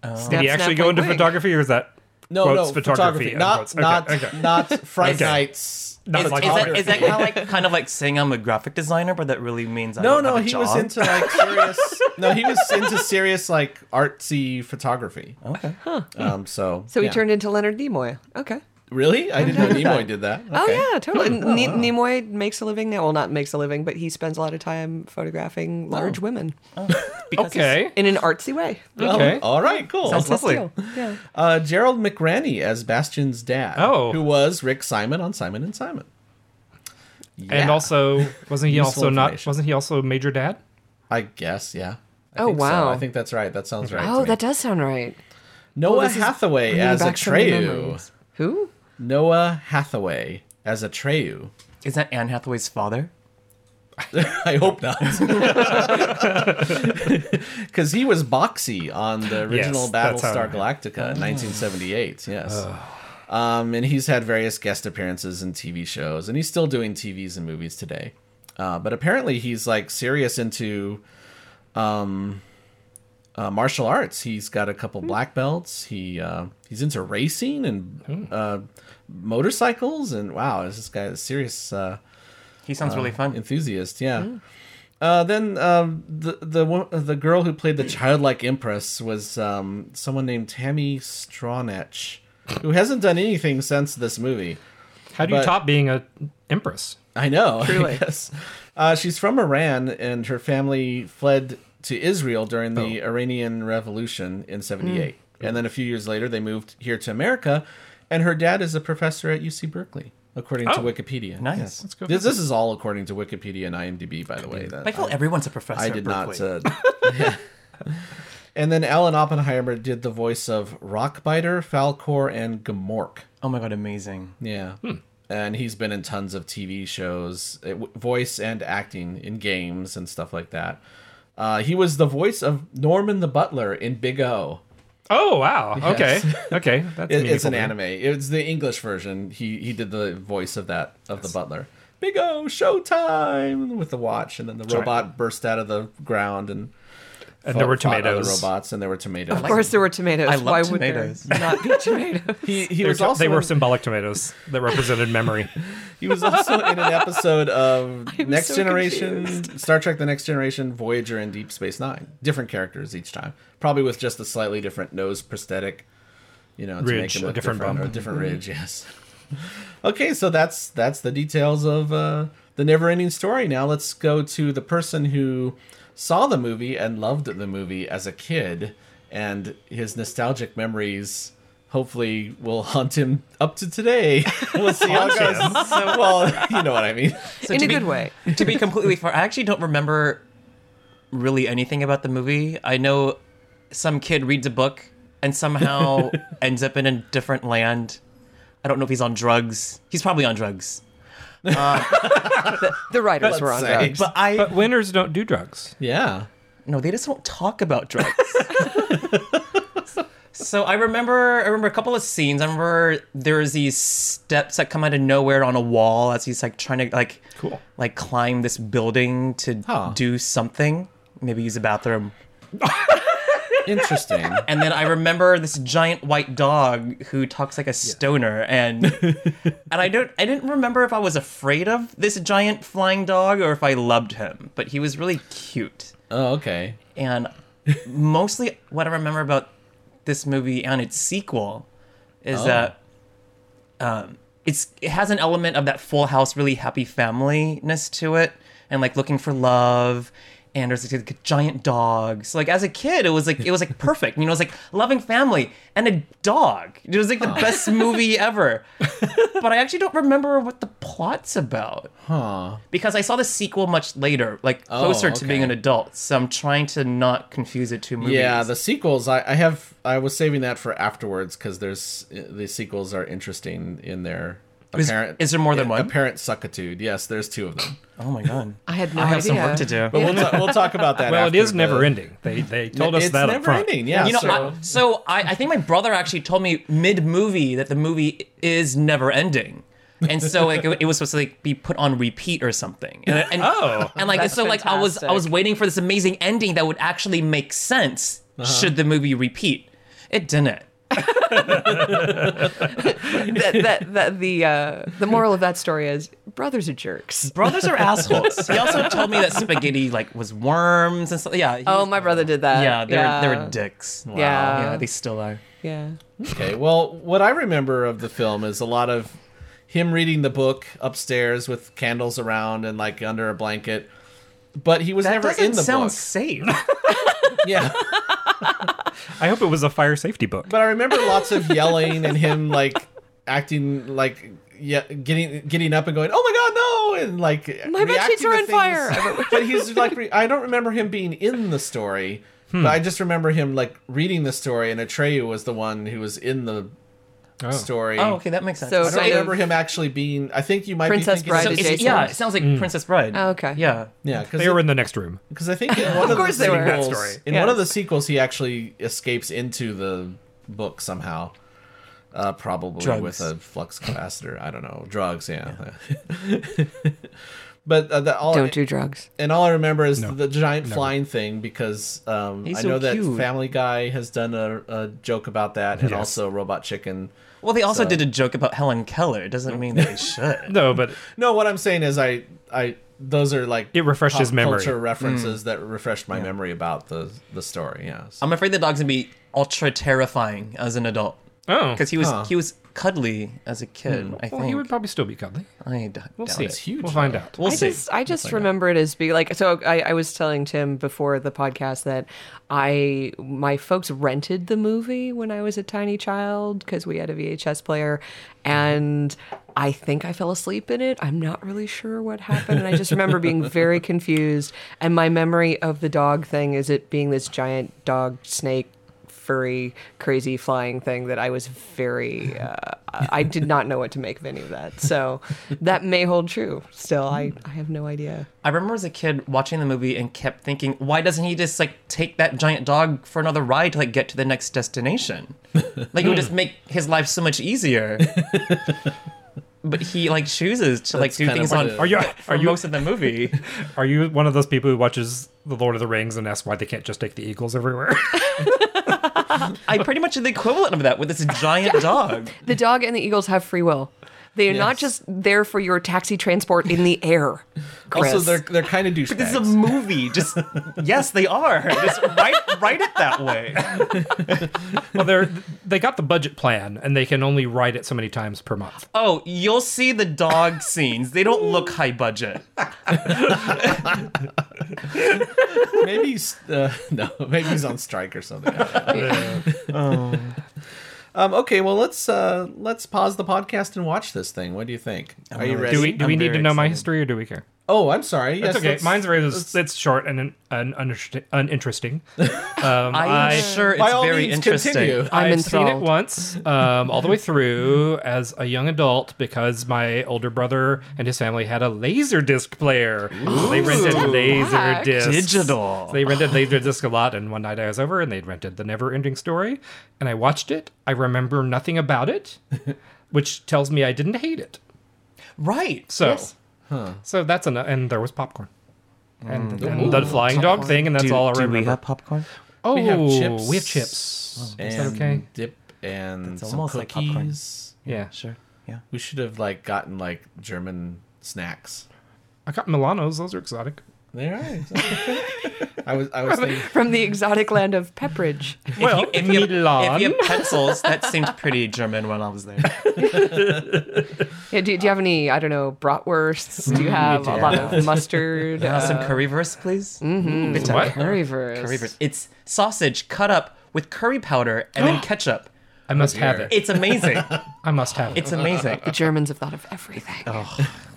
[SPEAKER 4] Snap,
[SPEAKER 2] Did he
[SPEAKER 4] snap,
[SPEAKER 2] actually go
[SPEAKER 4] wink,
[SPEAKER 2] into
[SPEAKER 4] wink.
[SPEAKER 2] photography, or is that
[SPEAKER 1] No,
[SPEAKER 2] quotes
[SPEAKER 1] no, photography.
[SPEAKER 2] and
[SPEAKER 1] Not,
[SPEAKER 2] quotes? Okay,
[SPEAKER 1] not,
[SPEAKER 2] okay.
[SPEAKER 1] not Fright
[SPEAKER 2] Okay.
[SPEAKER 1] Nights.
[SPEAKER 2] Not like
[SPEAKER 3] Is that,
[SPEAKER 1] photography.
[SPEAKER 3] is that kind of like kind of like saying I'm a graphic designer, but that really means I
[SPEAKER 1] no,
[SPEAKER 3] don't
[SPEAKER 1] no,
[SPEAKER 3] have a
[SPEAKER 1] he
[SPEAKER 3] job?
[SPEAKER 1] was into like serious. no, he was into serious like artsy photography.
[SPEAKER 3] Okay.
[SPEAKER 1] Um, so
[SPEAKER 4] So he
[SPEAKER 1] yeah.
[SPEAKER 4] turned into Leonard Nimoy. Okay.
[SPEAKER 1] Really, I didn't know Nimoy did that.
[SPEAKER 4] Oh
[SPEAKER 1] Okay.
[SPEAKER 4] yeah, totally. Ne- Nimoy makes a living now. Well, not makes a living, but he spends a lot of time photographing large women
[SPEAKER 3] Because he's-
[SPEAKER 2] Okay.
[SPEAKER 4] in an artsy way.
[SPEAKER 1] Well,
[SPEAKER 2] Okay.
[SPEAKER 1] all right. Cool.
[SPEAKER 4] That's his
[SPEAKER 3] lovely.
[SPEAKER 4] deal. Yeah.
[SPEAKER 1] Uh, Gerald McRaney as Bastion's dad.
[SPEAKER 2] Oh.
[SPEAKER 1] who was Rick Simon on Simon and Simon. Yeah,
[SPEAKER 2] And also, wasn't he
[SPEAKER 1] Useful
[SPEAKER 2] also not?
[SPEAKER 1] information.
[SPEAKER 2] Wasn't he also Major Dad?
[SPEAKER 1] I guess, yeah. I
[SPEAKER 4] Oh,
[SPEAKER 1] think so.
[SPEAKER 4] wow.
[SPEAKER 1] I think that's right. That sounds right.
[SPEAKER 4] Oh,
[SPEAKER 1] to me.
[SPEAKER 4] that does sound right.
[SPEAKER 1] Noah
[SPEAKER 4] this is
[SPEAKER 1] Hathaway
[SPEAKER 4] Bringing
[SPEAKER 1] as
[SPEAKER 4] back so many
[SPEAKER 1] Atreyu.
[SPEAKER 4] memories. Who?
[SPEAKER 1] Noah Hathaway as Atreyu.
[SPEAKER 3] Is that Anne Hathaway's father?
[SPEAKER 1] I hope not. Because he was Boxy on the original
[SPEAKER 2] Yes, that's how-
[SPEAKER 1] Battlestar Galactica in 1978. Yes. Um, and he's had various guest appearances in TV shows, and he's still doing TVs and movies today. Uh, but apparently, he's like serious into um, uh, martial arts. He's got a
[SPEAKER 2] Hmm.
[SPEAKER 1] couple black belts. He uh, he's into racing
[SPEAKER 2] Hmm.
[SPEAKER 1] and uh, motorcycles. And wow, this guy is serious. Uh,
[SPEAKER 3] He sounds really fun.
[SPEAKER 1] enthusiast. Yeah.
[SPEAKER 2] Hmm.
[SPEAKER 1] Uh, then um, the the wo- the girl who played the childlike empress was um, someone named Tammy Stronach, who hasn't done anything since this movie.
[SPEAKER 2] How do you
[SPEAKER 1] But-
[SPEAKER 2] top being a empress?
[SPEAKER 1] I know.
[SPEAKER 4] Truly.
[SPEAKER 1] I guess. Uh, she's from Iran, and her family fled to Israel during
[SPEAKER 2] Oh.
[SPEAKER 1] the Iranian Revolution in '78.
[SPEAKER 2] Hmm.
[SPEAKER 1] And then a few years later, they moved here to America, and her dad is a professor at UC Berkeley, according to
[SPEAKER 2] Oh.
[SPEAKER 1] Wikipedia.
[SPEAKER 3] Nice.
[SPEAKER 1] Yes.
[SPEAKER 2] Let's go
[SPEAKER 1] This, this is all according to Wikipedia and IMDb, by the way. That,
[SPEAKER 3] I feel everyone's a professor.
[SPEAKER 1] I
[SPEAKER 3] at
[SPEAKER 1] did
[SPEAKER 3] Berkeley.
[SPEAKER 1] not. Uh, and then Alan Oppenheimer did the voice of Rockbiter, Falcor, and Gamork.
[SPEAKER 3] oh my god, amazing.
[SPEAKER 1] Yeah. And he's been in tons of TV shows, uh, w- voice and acting in games and stuff like that. Uh, he was the voice of Norman the Butler in Big O.
[SPEAKER 2] Oh wow.
[SPEAKER 1] Yes.
[SPEAKER 2] Okay. Okay. That's
[SPEAKER 1] It- it's
[SPEAKER 2] meaningful
[SPEAKER 1] an
[SPEAKER 2] then.
[SPEAKER 1] anime. It's the English version. He he did the voice of that of the butler. Big O Showtime with the watch, and then the robot burst out of the ground and
[SPEAKER 2] And there were
[SPEAKER 1] fought other
[SPEAKER 2] tomatoes.
[SPEAKER 1] robots, and there were tomatoes.
[SPEAKER 4] Of course, there were tomatoes.
[SPEAKER 3] I love
[SPEAKER 4] Why
[SPEAKER 3] tomatoes.
[SPEAKER 4] would there not be tomatoes?
[SPEAKER 1] He, he
[SPEAKER 2] They were,
[SPEAKER 1] was also
[SPEAKER 2] they were
[SPEAKER 1] in,
[SPEAKER 2] symbolic tomatoes that represented memory.
[SPEAKER 1] he was also in an episode of
[SPEAKER 4] I'm
[SPEAKER 1] Next
[SPEAKER 4] so
[SPEAKER 1] Generation, Star Trek: The Next Generation, Voyager, and Deep Space Nine. Different characters each time, probably with just a slightly different nose prosthetic, you know, to
[SPEAKER 2] Ridge,
[SPEAKER 1] make him
[SPEAKER 2] a
[SPEAKER 1] look
[SPEAKER 2] different
[SPEAKER 1] or
[SPEAKER 2] bump.
[SPEAKER 1] different
[SPEAKER 4] Mm-hmm.
[SPEAKER 1] ridge. Yes. okay, so that's that's the details of uh, the never-ending story. Now let's go to the person who saw the movie and loved the movie as a kid, and his nostalgic memories. Hopefully, will haunt him up to today. We'll see how it goes. So, well, you know what I mean.
[SPEAKER 3] So
[SPEAKER 4] in
[SPEAKER 3] to
[SPEAKER 4] a
[SPEAKER 3] be-
[SPEAKER 4] good way.
[SPEAKER 3] to be completely fair, I actually don't remember really anything about the movie. I know some kid reads a book and somehow ends up in a different land. I don't know if he's on drugs. He's probably on drugs.
[SPEAKER 4] The writers were on
[SPEAKER 1] Let's
[SPEAKER 4] drugs.
[SPEAKER 1] say.
[SPEAKER 3] But I
[SPEAKER 2] But winners don't do drugs.
[SPEAKER 1] Yeah.
[SPEAKER 3] no, they just don't talk about drugs. so I remember I remember a couple of scenes. I remember there was these steps that come out of nowhere on a wall as he's like trying to like
[SPEAKER 2] Cool.
[SPEAKER 3] like climb this building to
[SPEAKER 1] Huh.
[SPEAKER 3] do something. Maybe use a bathroom.
[SPEAKER 1] Interesting.
[SPEAKER 3] And then I remember this giant white dog who talks like a stoner, and and I don't I didn't remember if I was afraid of this giant flying dog or if I loved him, but he was really cute.
[SPEAKER 1] Oh, okay.
[SPEAKER 3] And mostly what I remember about this movie and its sequel is
[SPEAKER 1] Oh.
[SPEAKER 3] that um, it's it has an element of that Full House really happy family-ness to it, and like looking for love. And there's like a giant dog. So like as a kid, it was like it was like perfect. You know, it was like loving family and a dog. It was like the best movie ever. but I actually don't remember what the plot's about
[SPEAKER 1] Huh.
[SPEAKER 3] because I saw the sequel much later, like
[SPEAKER 1] Oh,
[SPEAKER 3] closer to being
[SPEAKER 1] okay.
[SPEAKER 3] an adult. So I'm trying to not confuse it too movies.
[SPEAKER 1] Yeah, the sequels. I, I have. I was saving that for afterwards because there's the sequels are interesting in their
[SPEAKER 3] Is-
[SPEAKER 1] apparent.
[SPEAKER 3] is there more than one?
[SPEAKER 1] Apparent suckitude. Yes, there's two of them.
[SPEAKER 3] oh my god,
[SPEAKER 4] I had no
[SPEAKER 3] I have
[SPEAKER 4] idea.
[SPEAKER 3] some work to do.
[SPEAKER 1] But we'll, ta- we'll talk about that.
[SPEAKER 2] Well, it
[SPEAKER 1] after
[SPEAKER 2] is never
[SPEAKER 1] the-
[SPEAKER 2] ending. They they told us
[SPEAKER 1] it's
[SPEAKER 2] that up
[SPEAKER 1] never
[SPEAKER 2] front.
[SPEAKER 1] ending. Yeah.
[SPEAKER 3] you know,
[SPEAKER 1] so,
[SPEAKER 3] I, so I, I think my brother actually told me mid movie that the movie is never ending. And so like it, it was supposed to like be put on repeat or something. And, and,
[SPEAKER 2] Oh.
[SPEAKER 3] and like
[SPEAKER 4] That's
[SPEAKER 3] so like I was I was
[SPEAKER 4] fantastic.
[SPEAKER 3] waiting for this amazing ending that would actually make sense
[SPEAKER 1] Uh-huh.
[SPEAKER 3] should the movie repeat. It didn't.
[SPEAKER 4] that, that, that the uh, the moral of that story is brothers are jerks.
[SPEAKER 3] Brothers are assholes. he also told me that spaghetti like was worms and stuff. Yeah. he-
[SPEAKER 4] Oh, my brother did that.
[SPEAKER 3] yeah, they were they
[SPEAKER 4] Yeah.
[SPEAKER 3] were dicks.
[SPEAKER 4] Yeah.
[SPEAKER 3] Yeah, they still are.
[SPEAKER 4] Yeah.
[SPEAKER 1] okay. Well, what I remember of the film is a lot of him reading the book upstairs with candles around and like under a blanket. But he was
[SPEAKER 3] That
[SPEAKER 1] never
[SPEAKER 3] doesn't
[SPEAKER 1] in the
[SPEAKER 3] sound
[SPEAKER 1] book.
[SPEAKER 3] safe.
[SPEAKER 1] Yeah.
[SPEAKER 2] I hope it was a fire safety book.
[SPEAKER 1] But I remember lots of yelling and him like acting like yeah, getting getting up and going, "Oh my god, no!" and like
[SPEAKER 4] My bed sheets
[SPEAKER 1] reacting
[SPEAKER 4] are
[SPEAKER 1] to
[SPEAKER 4] on fire.
[SPEAKER 1] things. but he's like, re- I don't remember him being in the story.
[SPEAKER 2] Hmm.
[SPEAKER 1] But I just remember him like reading the story, and Atreyu was the one who was in the
[SPEAKER 2] Oh.
[SPEAKER 1] story.
[SPEAKER 3] oh, okay, that makes sense.
[SPEAKER 4] So
[SPEAKER 1] I don't
[SPEAKER 4] kind of-
[SPEAKER 1] remember him actually being. I think you might
[SPEAKER 4] Princess
[SPEAKER 1] be thinking
[SPEAKER 4] Bride
[SPEAKER 3] So
[SPEAKER 1] of-
[SPEAKER 3] it's-
[SPEAKER 4] adjacent.
[SPEAKER 3] yeah, it sounds like Princess Bride.
[SPEAKER 4] Oh, okay.
[SPEAKER 3] Yeah.
[SPEAKER 1] yeah,
[SPEAKER 2] They were
[SPEAKER 1] because
[SPEAKER 2] in the next room.
[SPEAKER 1] I think in one of,
[SPEAKER 4] Of course
[SPEAKER 1] the
[SPEAKER 4] they were.
[SPEAKER 1] sequels,
[SPEAKER 2] That story.
[SPEAKER 1] in one of the
[SPEAKER 4] Yes.
[SPEAKER 1] sequels, he actually escapes into the book somehow. Uh, probably
[SPEAKER 3] Drugs.
[SPEAKER 1] with a flux capacitor. I don't know. Drugs, yeah. but uh, the, all
[SPEAKER 4] Don't do drugs.
[SPEAKER 1] and all I remember is
[SPEAKER 2] No,
[SPEAKER 1] the giant flying thing because um,
[SPEAKER 3] He's
[SPEAKER 1] I
[SPEAKER 3] so
[SPEAKER 1] know that
[SPEAKER 3] cute.
[SPEAKER 1] Family Guy has done a, a joke about that, and
[SPEAKER 2] Yes.
[SPEAKER 1] also Robot Chicken.
[SPEAKER 3] Well, they also
[SPEAKER 1] So-
[SPEAKER 3] did a joke about Helen Keller. It doesn't mean that they should.
[SPEAKER 2] No, but
[SPEAKER 1] No, what I'm saying is I I those are like
[SPEAKER 2] It refreshed
[SPEAKER 1] pop
[SPEAKER 2] his memory.
[SPEAKER 1] culture
[SPEAKER 4] Mm.
[SPEAKER 1] references that refreshed my memory about the the story. Yeah. So-
[SPEAKER 3] I'm afraid the dog's gonna be ultra terrifying as an adult
[SPEAKER 2] oh,
[SPEAKER 3] because he was
[SPEAKER 1] Huh.
[SPEAKER 3] he was cuddly as a kid. I think.
[SPEAKER 2] well, he would probably still be cuddly.
[SPEAKER 3] I d-
[SPEAKER 2] We'll
[SPEAKER 3] doubt
[SPEAKER 2] see.
[SPEAKER 3] it.
[SPEAKER 1] huge,
[SPEAKER 2] We'll find
[SPEAKER 1] though.
[SPEAKER 2] out.
[SPEAKER 3] We'll
[SPEAKER 4] I
[SPEAKER 3] see.
[SPEAKER 4] just I just remember it as being like so I, I was telling Tim before the podcast that I my folks rented the movie when I was a tiny child because we had a VHS player and I think I fell asleep in it. I'm not really sure what happened and I just remember being very confused and my memory of the dog thing is it being this giant dog snake furry crazy flying thing that I was very uh, I did not know what to make of any of that. So that may hold true. Still I I have no idea.
[SPEAKER 3] I remember as a kid watching the movie and kept thinking, why doesn't he just like take that giant dog for another ride to like get to the next destination? Like it would just make his life so much easier. but he like chooses to like
[SPEAKER 1] That's
[SPEAKER 3] do
[SPEAKER 1] kind
[SPEAKER 3] things
[SPEAKER 1] of
[SPEAKER 3] on
[SPEAKER 1] what it-
[SPEAKER 2] Are you
[SPEAKER 3] for
[SPEAKER 2] are you
[SPEAKER 3] most of the movie.
[SPEAKER 2] are you one of those people who watches the Lord of the Rings and asks why they can't just take the eagles everywhere?
[SPEAKER 3] I pretty much did the equivalent of that with this giant dog.
[SPEAKER 4] The dog and the eagles have free will. They are
[SPEAKER 1] Yes.
[SPEAKER 4] not just there for your taxi transport in the air. Chris.
[SPEAKER 1] Also, they're they're kind of douchebags.
[SPEAKER 3] This is a movie. Just yes, they are. Just write write it that way.
[SPEAKER 2] well, they're they got the budget plan and they can only ride it so many times per month.
[SPEAKER 3] Oh, you'll see the dog scenes. They don't look high budget.
[SPEAKER 1] maybe he's, uh, no, maybe he's on strike or something. I don't know. um, okay, well let's uh, let's pause the podcast and watch this thing. What do you think? Are you
[SPEAKER 3] really
[SPEAKER 1] ready?
[SPEAKER 2] Do we do we
[SPEAKER 3] I'm
[SPEAKER 2] need
[SPEAKER 3] very
[SPEAKER 2] to know my
[SPEAKER 3] excited.
[SPEAKER 2] history or do we care?
[SPEAKER 1] Oh, I'm sorry. Yes,
[SPEAKER 2] It's okay.
[SPEAKER 1] let's-
[SPEAKER 2] Mine's very it's short and un, un, uninterest- uninteresting. Um,
[SPEAKER 3] I'm
[SPEAKER 2] I
[SPEAKER 3] sure it's
[SPEAKER 1] By all
[SPEAKER 3] very
[SPEAKER 1] means,
[SPEAKER 3] interesting.
[SPEAKER 1] continue.
[SPEAKER 4] I'm
[SPEAKER 2] I've seen it
[SPEAKER 4] enthralled.
[SPEAKER 2] once, um, all the way through as a young adult because my older brother and his family had a laser disc player. They rented laser
[SPEAKER 4] Back.
[SPEAKER 2] discs.
[SPEAKER 3] Digital.
[SPEAKER 2] So they rented laser disc a lot, and one night I was over and they'd rented the Never Ending Story, and I watched it. I remember nothing about it, which tells me I didn't hate it.
[SPEAKER 3] Right.
[SPEAKER 2] So,
[SPEAKER 4] Yes.
[SPEAKER 2] so that's enough. And there was popcorn. And, and the flying dog
[SPEAKER 4] popcorn.
[SPEAKER 2] thing, and that's all I
[SPEAKER 3] Mm. do
[SPEAKER 2] remember.
[SPEAKER 3] we have popcorn?
[SPEAKER 2] Oh,
[SPEAKER 1] we have chips.
[SPEAKER 2] chips.
[SPEAKER 1] And
[SPEAKER 2] Is that okay?
[SPEAKER 1] Dip and
[SPEAKER 3] That's
[SPEAKER 1] some
[SPEAKER 3] almost like
[SPEAKER 1] cookies.
[SPEAKER 3] popcorn.
[SPEAKER 2] Yeah.
[SPEAKER 3] Sure. Yeah.
[SPEAKER 1] we should have like gotten like German snacks.
[SPEAKER 2] I got Milanos. Those are exotic.
[SPEAKER 1] They are. exactly. I was. I was thinking.
[SPEAKER 4] From the exotic land of Pepperidge.
[SPEAKER 2] Well,
[SPEAKER 3] if you,
[SPEAKER 2] Milan.
[SPEAKER 3] if you have pencils, that seemed pretty German when I was there.
[SPEAKER 4] Yeah, do, do you have any, I don't know, bratwursts? Do you have a lot of mustard?
[SPEAKER 3] Uh,
[SPEAKER 4] Uh,
[SPEAKER 3] some currywurst, please. Mm-hmm.
[SPEAKER 2] Ooh, what?
[SPEAKER 4] currywurst.
[SPEAKER 3] Currywurst. It's sausage cut up with curry powder and then ketchup.
[SPEAKER 2] I must have
[SPEAKER 1] dear.
[SPEAKER 2] it.
[SPEAKER 3] It's amazing.
[SPEAKER 2] I must have it.
[SPEAKER 3] It's amazing.
[SPEAKER 4] The Germans have thought of everything.
[SPEAKER 3] Um,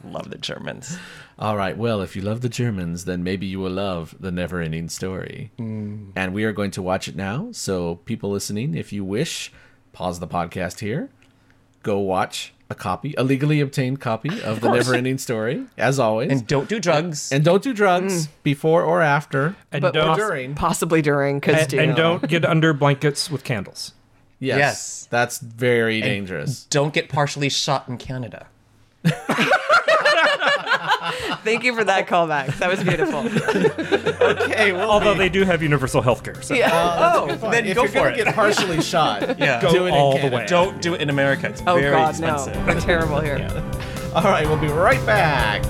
[SPEAKER 3] Love the Germans.
[SPEAKER 1] All right. Well, if you love the Germans, then maybe you will love the never-ending story.
[SPEAKER 3] Hmm.
[SPEAKER 1] And we are going to watch it now. So, people listening, if you wish, pause the podcast here. Go watch a copy, a legally obtained copy of the never-ending story, as always.
[SPEAKER 3] And Hmm.
[SPEAKER 1] And,
[SPEAKER 3] don't do drugs.
[SPEAKER 1] don't do drugs before or after.
[SPEAKER 2] and
[SPEAKER 4] but
[SPEAKER 2] don't,
[SPEAKER 4] pos-
[SPEAKER 1] during.
[SPEAKER 4] possibly during, because
[SPEAKER 2] and, and don't get under blankets with candles.
[SPEAKER 1] Yes,
[SPEAKER 3] Yes.
[SPEAKER 1] that's very dangerous.
[SPEAKER 3] don't get partially shot in Canada.
[SPEAKER 4] Thank you for that callback. That was beautiful.
[SPEAKER 1] Okay. Well,
[SPEAKER 2] Although they do have universal health care. So
[SPEAKER 4] Yeah. oh,
[SPEAKER 1] then if
[SPEAKER 3] go
[SPEAKER 1] you're
[SPEAKER 3] for
[SPEAKER 1] gonna
[SPEAKER 3] it.
[SPEAKER 1] get partially shot,
[SPEAKER 3] Yeah.
[SPEAKER 1] do it in
[SPEAKER 2] all the
[SPEAKER 1] Canada.
[SPEAKER 2] way.
[SPEAKER 3] Don't do it in America. It's
[SPEAKER 4] oh
[SPEAKER 3] very
[SPEAKER 4] God,
[SPEAKER 3] expensive.
[SPEAKER 4] no. We're terrible here.
[SPEAKER 1] All right, we'll be right back.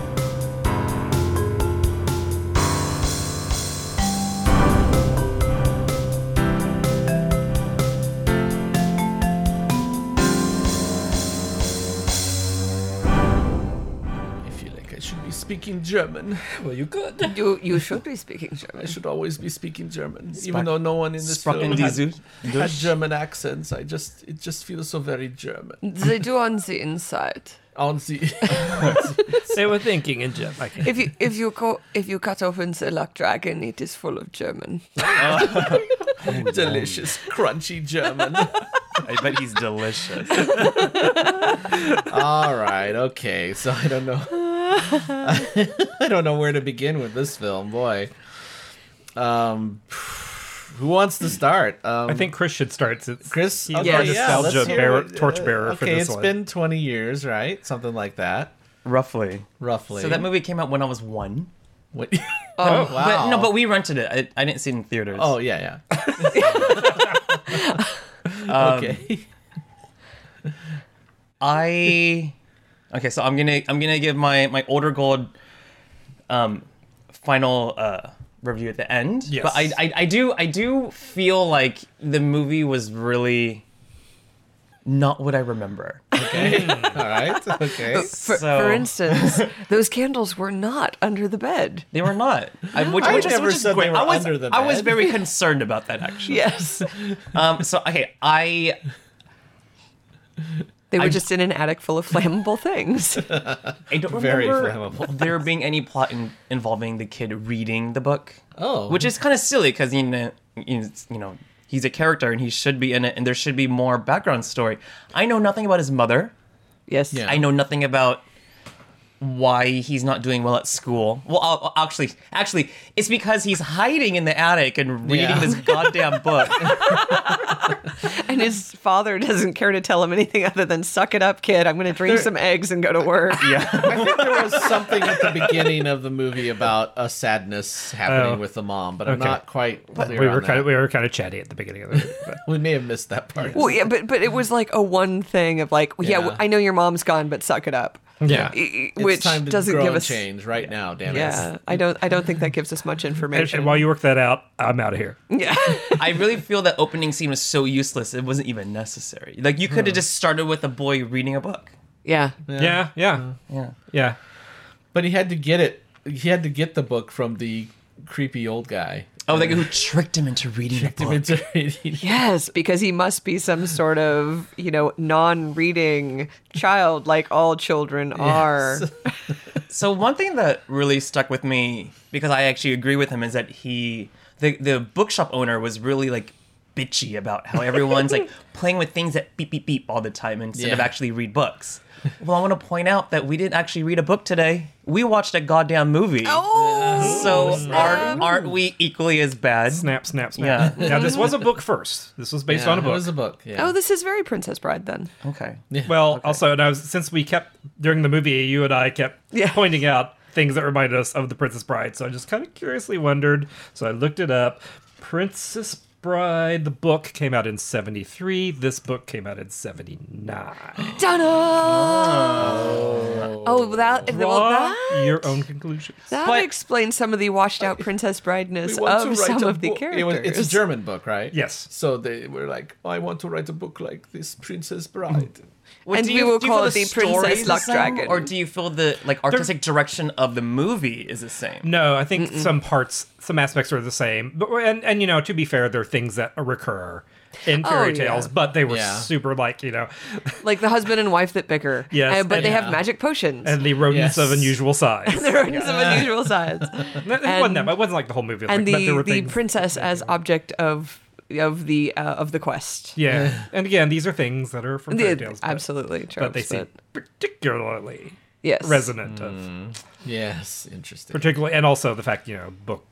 [SPEAKER 1] I feel like I should be speaking German.
[SPEAKER 2] well, you could.
[SPEAKER 4] You, you should be speaking
[SPEAKER 1] I
[SPEAKER 4] German.
[SPEAKER 1] should always be speaking German, even though no one in this film
[SPEAKER 3] Sprachen die
[SPEAKER 1] had,
[SPEAKER 3] Süd-
[SPEAKER 1] had German accents. I just it just feels so very German.
[SPEAKER 4] They do on the inside.
[SPEAKER 1] On the
[SPEAKER 2] They were thinking in German. Like,
[SPEAKER 4] If you if you co- if you cut open the luck dragon, it is full of German.
[SPEAKER 1] delicious, crunchy German.
[SPEAKER 3] I bet he's delicious.
[SPEAKER 1] All right, okay. So I don't know. I don't know where to begin with this film, boy. Um, who wants to start? Um,
[SPEAKER 2] I think Chris should start. Since
[SPEAKER 1] Chris.
[SPEAKER 2] he's
[SPEAKER 1] okay,
[SPEAKER 2] our
[SPEAKER 4] yeah,
[SPEAKER 2] nostalgia
[SPEAKER 1] let's hear
[SPEAKER 2] bearer,
[SPEAKER 1] it.
[SPEAKER 2] torchbearer
[SPEAKER 1] okay,
[SPEAKER 2] for this
[SPEAKER 1] it's
[SPEAKER 2] one.
[SPEAKER 1] been twenty years, right? Something like that,
[SPEAKER 3] Roughly.
[SPEAKER 1] roughly.
[SPEAKER 3] So that movie came out when I was one.
[SPEAKER 1] What-
[SPEAKER 4] Oh,
[SPEAKER 1] wow.
[SPEAKER 3] But no, but we rented it. I, I didn't see it in theaters.
[SPEAKER 1] oh yeah, yeah. okay.
[SPEAKER 3] I okay, so I'm gonna I'm gonna give my my older gold um final uh review at the end.
[SPEAKER 2] Yes.
[SPEAKER 3] But I, I I do I do feel like the movie was really not what I remember.
[SPEAKER 1] Okay. All
[SPEAKER 3] Um,
[SPEAKER 1] right. Okay.
[SPEAKER 4] For,
[SPEAKER 3] So-
[SPEAKER 4] for instance, those candles were not under the bed.
[SPEAKER 3] They were not. I, which,
[SPEAKER 1] I
[SPEAKER 3] which is-
[SPEAKER 1] never
[SPEAKER 3] which is
[SPEAKER 1] said they
[SPEAKER 3] great.
[SPEAKER 1] were
[SPEAKER 3] I was,
[SPEAKER 1] under the
[SPEAKER 3] I was
[SPEAKER 1] bed.
[SPEAKER 3] very concerned about that actually.
[SPEAKER 4] Yes,
[SPEAKER 3] Um so okay, I
[SPEAKER 4] they were just in an attic full of flammable things.
[SPEAKER 3] I don't
[SPEAKER 1] Very
[SPEAKER 3] remember
[SPEAKER 1] flammable.
[SPEAKER 3] there being any plot in, involving the kid reading the book.
[SPEAKER 1] Oh.
[SPEAKER 3] which is kind of silly because you know, you you know, he's a character and he should be in it, and there should be more background story. I know nothing about his mother.
[SPEAKER 4] Yes,
[SPEAKER 1] Yeah.
[SPEAKER 3] I know nothing about why he's not doing well at school. Well, I'll, I'll actually, actually, it's because he's hiding in the attic and reading
[SPEAKER 1] Yeah.
[SPEAKER 3] this goddamn book.
[SPEAKER 4] and his father doesn't care to tell him anything other than "suck it up, kid. I'm going to drink some eggs and go to work."
[SPEAKER 3] yeah,
[SPEAKER 1] I think there was something at the beginning of the movie about a sadness happening
[SPEAKER 2] Oh.
[SPEAKER 1] with the mom, but I'm
[SPEAKER 2] Okay.
[SPEAKER 1] not quite clear
[SPEAKER 2] we
[SPEAKER 1] on
[SPEAKER 2] were
[SPEAKER 1] that.
[SPEAKER 2] kind of we were kind of chatty at the beginning of the movie. But.
[SPEAKER 1] We may have missed that part.
[SPEAKER 4] Well, yeah, but but it was like a one thing of like, yeah,
[SPEAKER 1] Yeah.
[SPEAKER 4] I know your mom's gone, but suck it up.
[SPEAKER 2] Yeah.
[SPEAKER 4] I- I-
[SPEAKER 1] It's
[SPEAKER 4] which
[SPEAKER 1] time to
[SPEAKER 4] doesn't
[SPEAKER 1] grow
[SPEAKER 4] give
[SPEAKER 1] and
[SPEAKER 4] us
[SPEAKER 1] change right now, damn
[SPEAKER 4] Yeah, I don't. I don't think that gives us much
[SPEAKER 2] And,
[SPEAKER 4] information.
[SPEAKER 2] and while you work that out, I'm out of here.
[SPEAKER 4] yeah,
[SPEAKER 3] I really feel that opening scene was so useless; it wasn't even necessary. Like you could have just started with a boy reading a book.
[SPEAKER 4] yeah.
[SPEAKER 2] Yeah, yeah,
[SPEAKER 3] Yeah.
[SPEAKER 2] yeah.
[SPEAKER 1] it. But he had to get it. He had to get the book from the creepy old guy.
[SPEAKER 3] Oh, like who tricked him into reading a book?
[SPEAKER 1] It's already-
[SPEAKER 4] Yes, because he must be some sort of, you know, non-reading child like all children are.
[SPEAKER 3] So one thing that really stuck with me because I actually agree with him is that he the the bookshop owner was really like bitchy about how everyone's like playing with things that beep beep beep all the time instead of
[SPEAKER 1] Yeah.
[SPEAKER 3] actually read books. Well, I want to point out that we didn't actually read a book today. We watched a goddamn movie.
[SPEAKER 4] Oh,
[SPEAKER 3] so aren't aren't we equally as bad?
[SPEAKER 2] Snap, snap, snap. Now this was a book first. This was based on a
[SPEAKER 1] It
[SPEAKER 2] book.
[SPEAKER 1] was a book. Yeah.
[SPEAKER 4] oh, this is very Princess Bride then.
[SPEAKER 3] Okay.
[SPEAKER 2] Well, also, and I was since we kept during the movie, you and I kept
[SPEAKER 4] Yeah.
[SPEAKER 2] pointing out things that reminded us of the Princess Bride. So I just kind of curiously wondered. So I looked it up. Princess Bride. The book came out in 73. This book came out in 79.
[SPEAKER 4] Oh, oh that, well,
[SPEAKER 2] Draw
[SPEAKER 4] that,
[SPEAKER 2] your own conclusions.
[SPEAKER 4] that
[SPEAKER 3] But-
[SPEAKER 4] explains some of the washed out princess brideness of some of the characters.
[SPEAKER 1] It was, it's a German book, right?
[SPEAKER 2] Yes.
[SPEAKER 1] So they were like, I want to write a book like this Princess Bride.
[SPEAKER 3] What,
[SPEAKER 4] And
[SPEAKER 3] do
[SPEAKER 4] we
[SPEAKER 3] you-
[SPEAKER 4] will
[SPEAKER 3] do you
[SPEAKER 4] call
[SPEAKER 3] feel
[SPEAKER 4] it the Princess
[SPEAKER 3] story's
[SPEAKER 4] Luck
[SPEAKER 3] the same,
[SPEAKER 4] Dragon.
[SPEAKER 3] Or do you feel the like artistic direction of the movie is the same?
[SPEAKER 2] No, I think some parts, some aspects are the same. But and and you know, to be fair, there are things that recur in
[SPEAKER 4] Oh,
[SPEAKER 2] fairy
[SPEAKER 4] yeah.
[SPEAKER 2] tales, but they were
[SPEAKER 1] Yeah.
[SPEAKER 2] super like you know,
[SPEAKER 4] like the husband and wife that bicker.
[SPEAKER 2] Yes,
[SPEAKER 4] and- but
[SPEAKER 2] and-
[SPEAKER 4] they have
[SPEAKER 1] Yeah.
[SPEAKER 4] magic potions.
[SPEAKER 2] and the rodents
[SPEAKER 1] Yes.
[SPEAKER 2] of unusual size.
[SPEAKER 4] They're in some unusual sides.
[SPEAKER 2] it wasn't that. It wasn't like the whole movie. like,
[SPEAKER 4] and
[SPEAKER 2] but there
[SPEAKER 4] the
[SPEAKER 2] were
[SPEAKER 4] the
[SPEAKER 2] things,
[SPEAKER 4] princess as object of of the uh, of the quest.
[SPEAKER 2] Yeah, and again, these are things that are from
[SPEAKER 4] The-
[SPEAKER 2] fairy tales, but-
[SPEAKER 4] absolutely,
[SPEAKER 2] but
[SPEAKER 4] tropes,
[SPEAKER 2] they seem particularly
[SPEAKER 4] yes,
[SPEAKER 2] resonant of
[SPEAKER 1] Yes, interesting.
[SPEAKER 2] particularly, and also the fact you know, book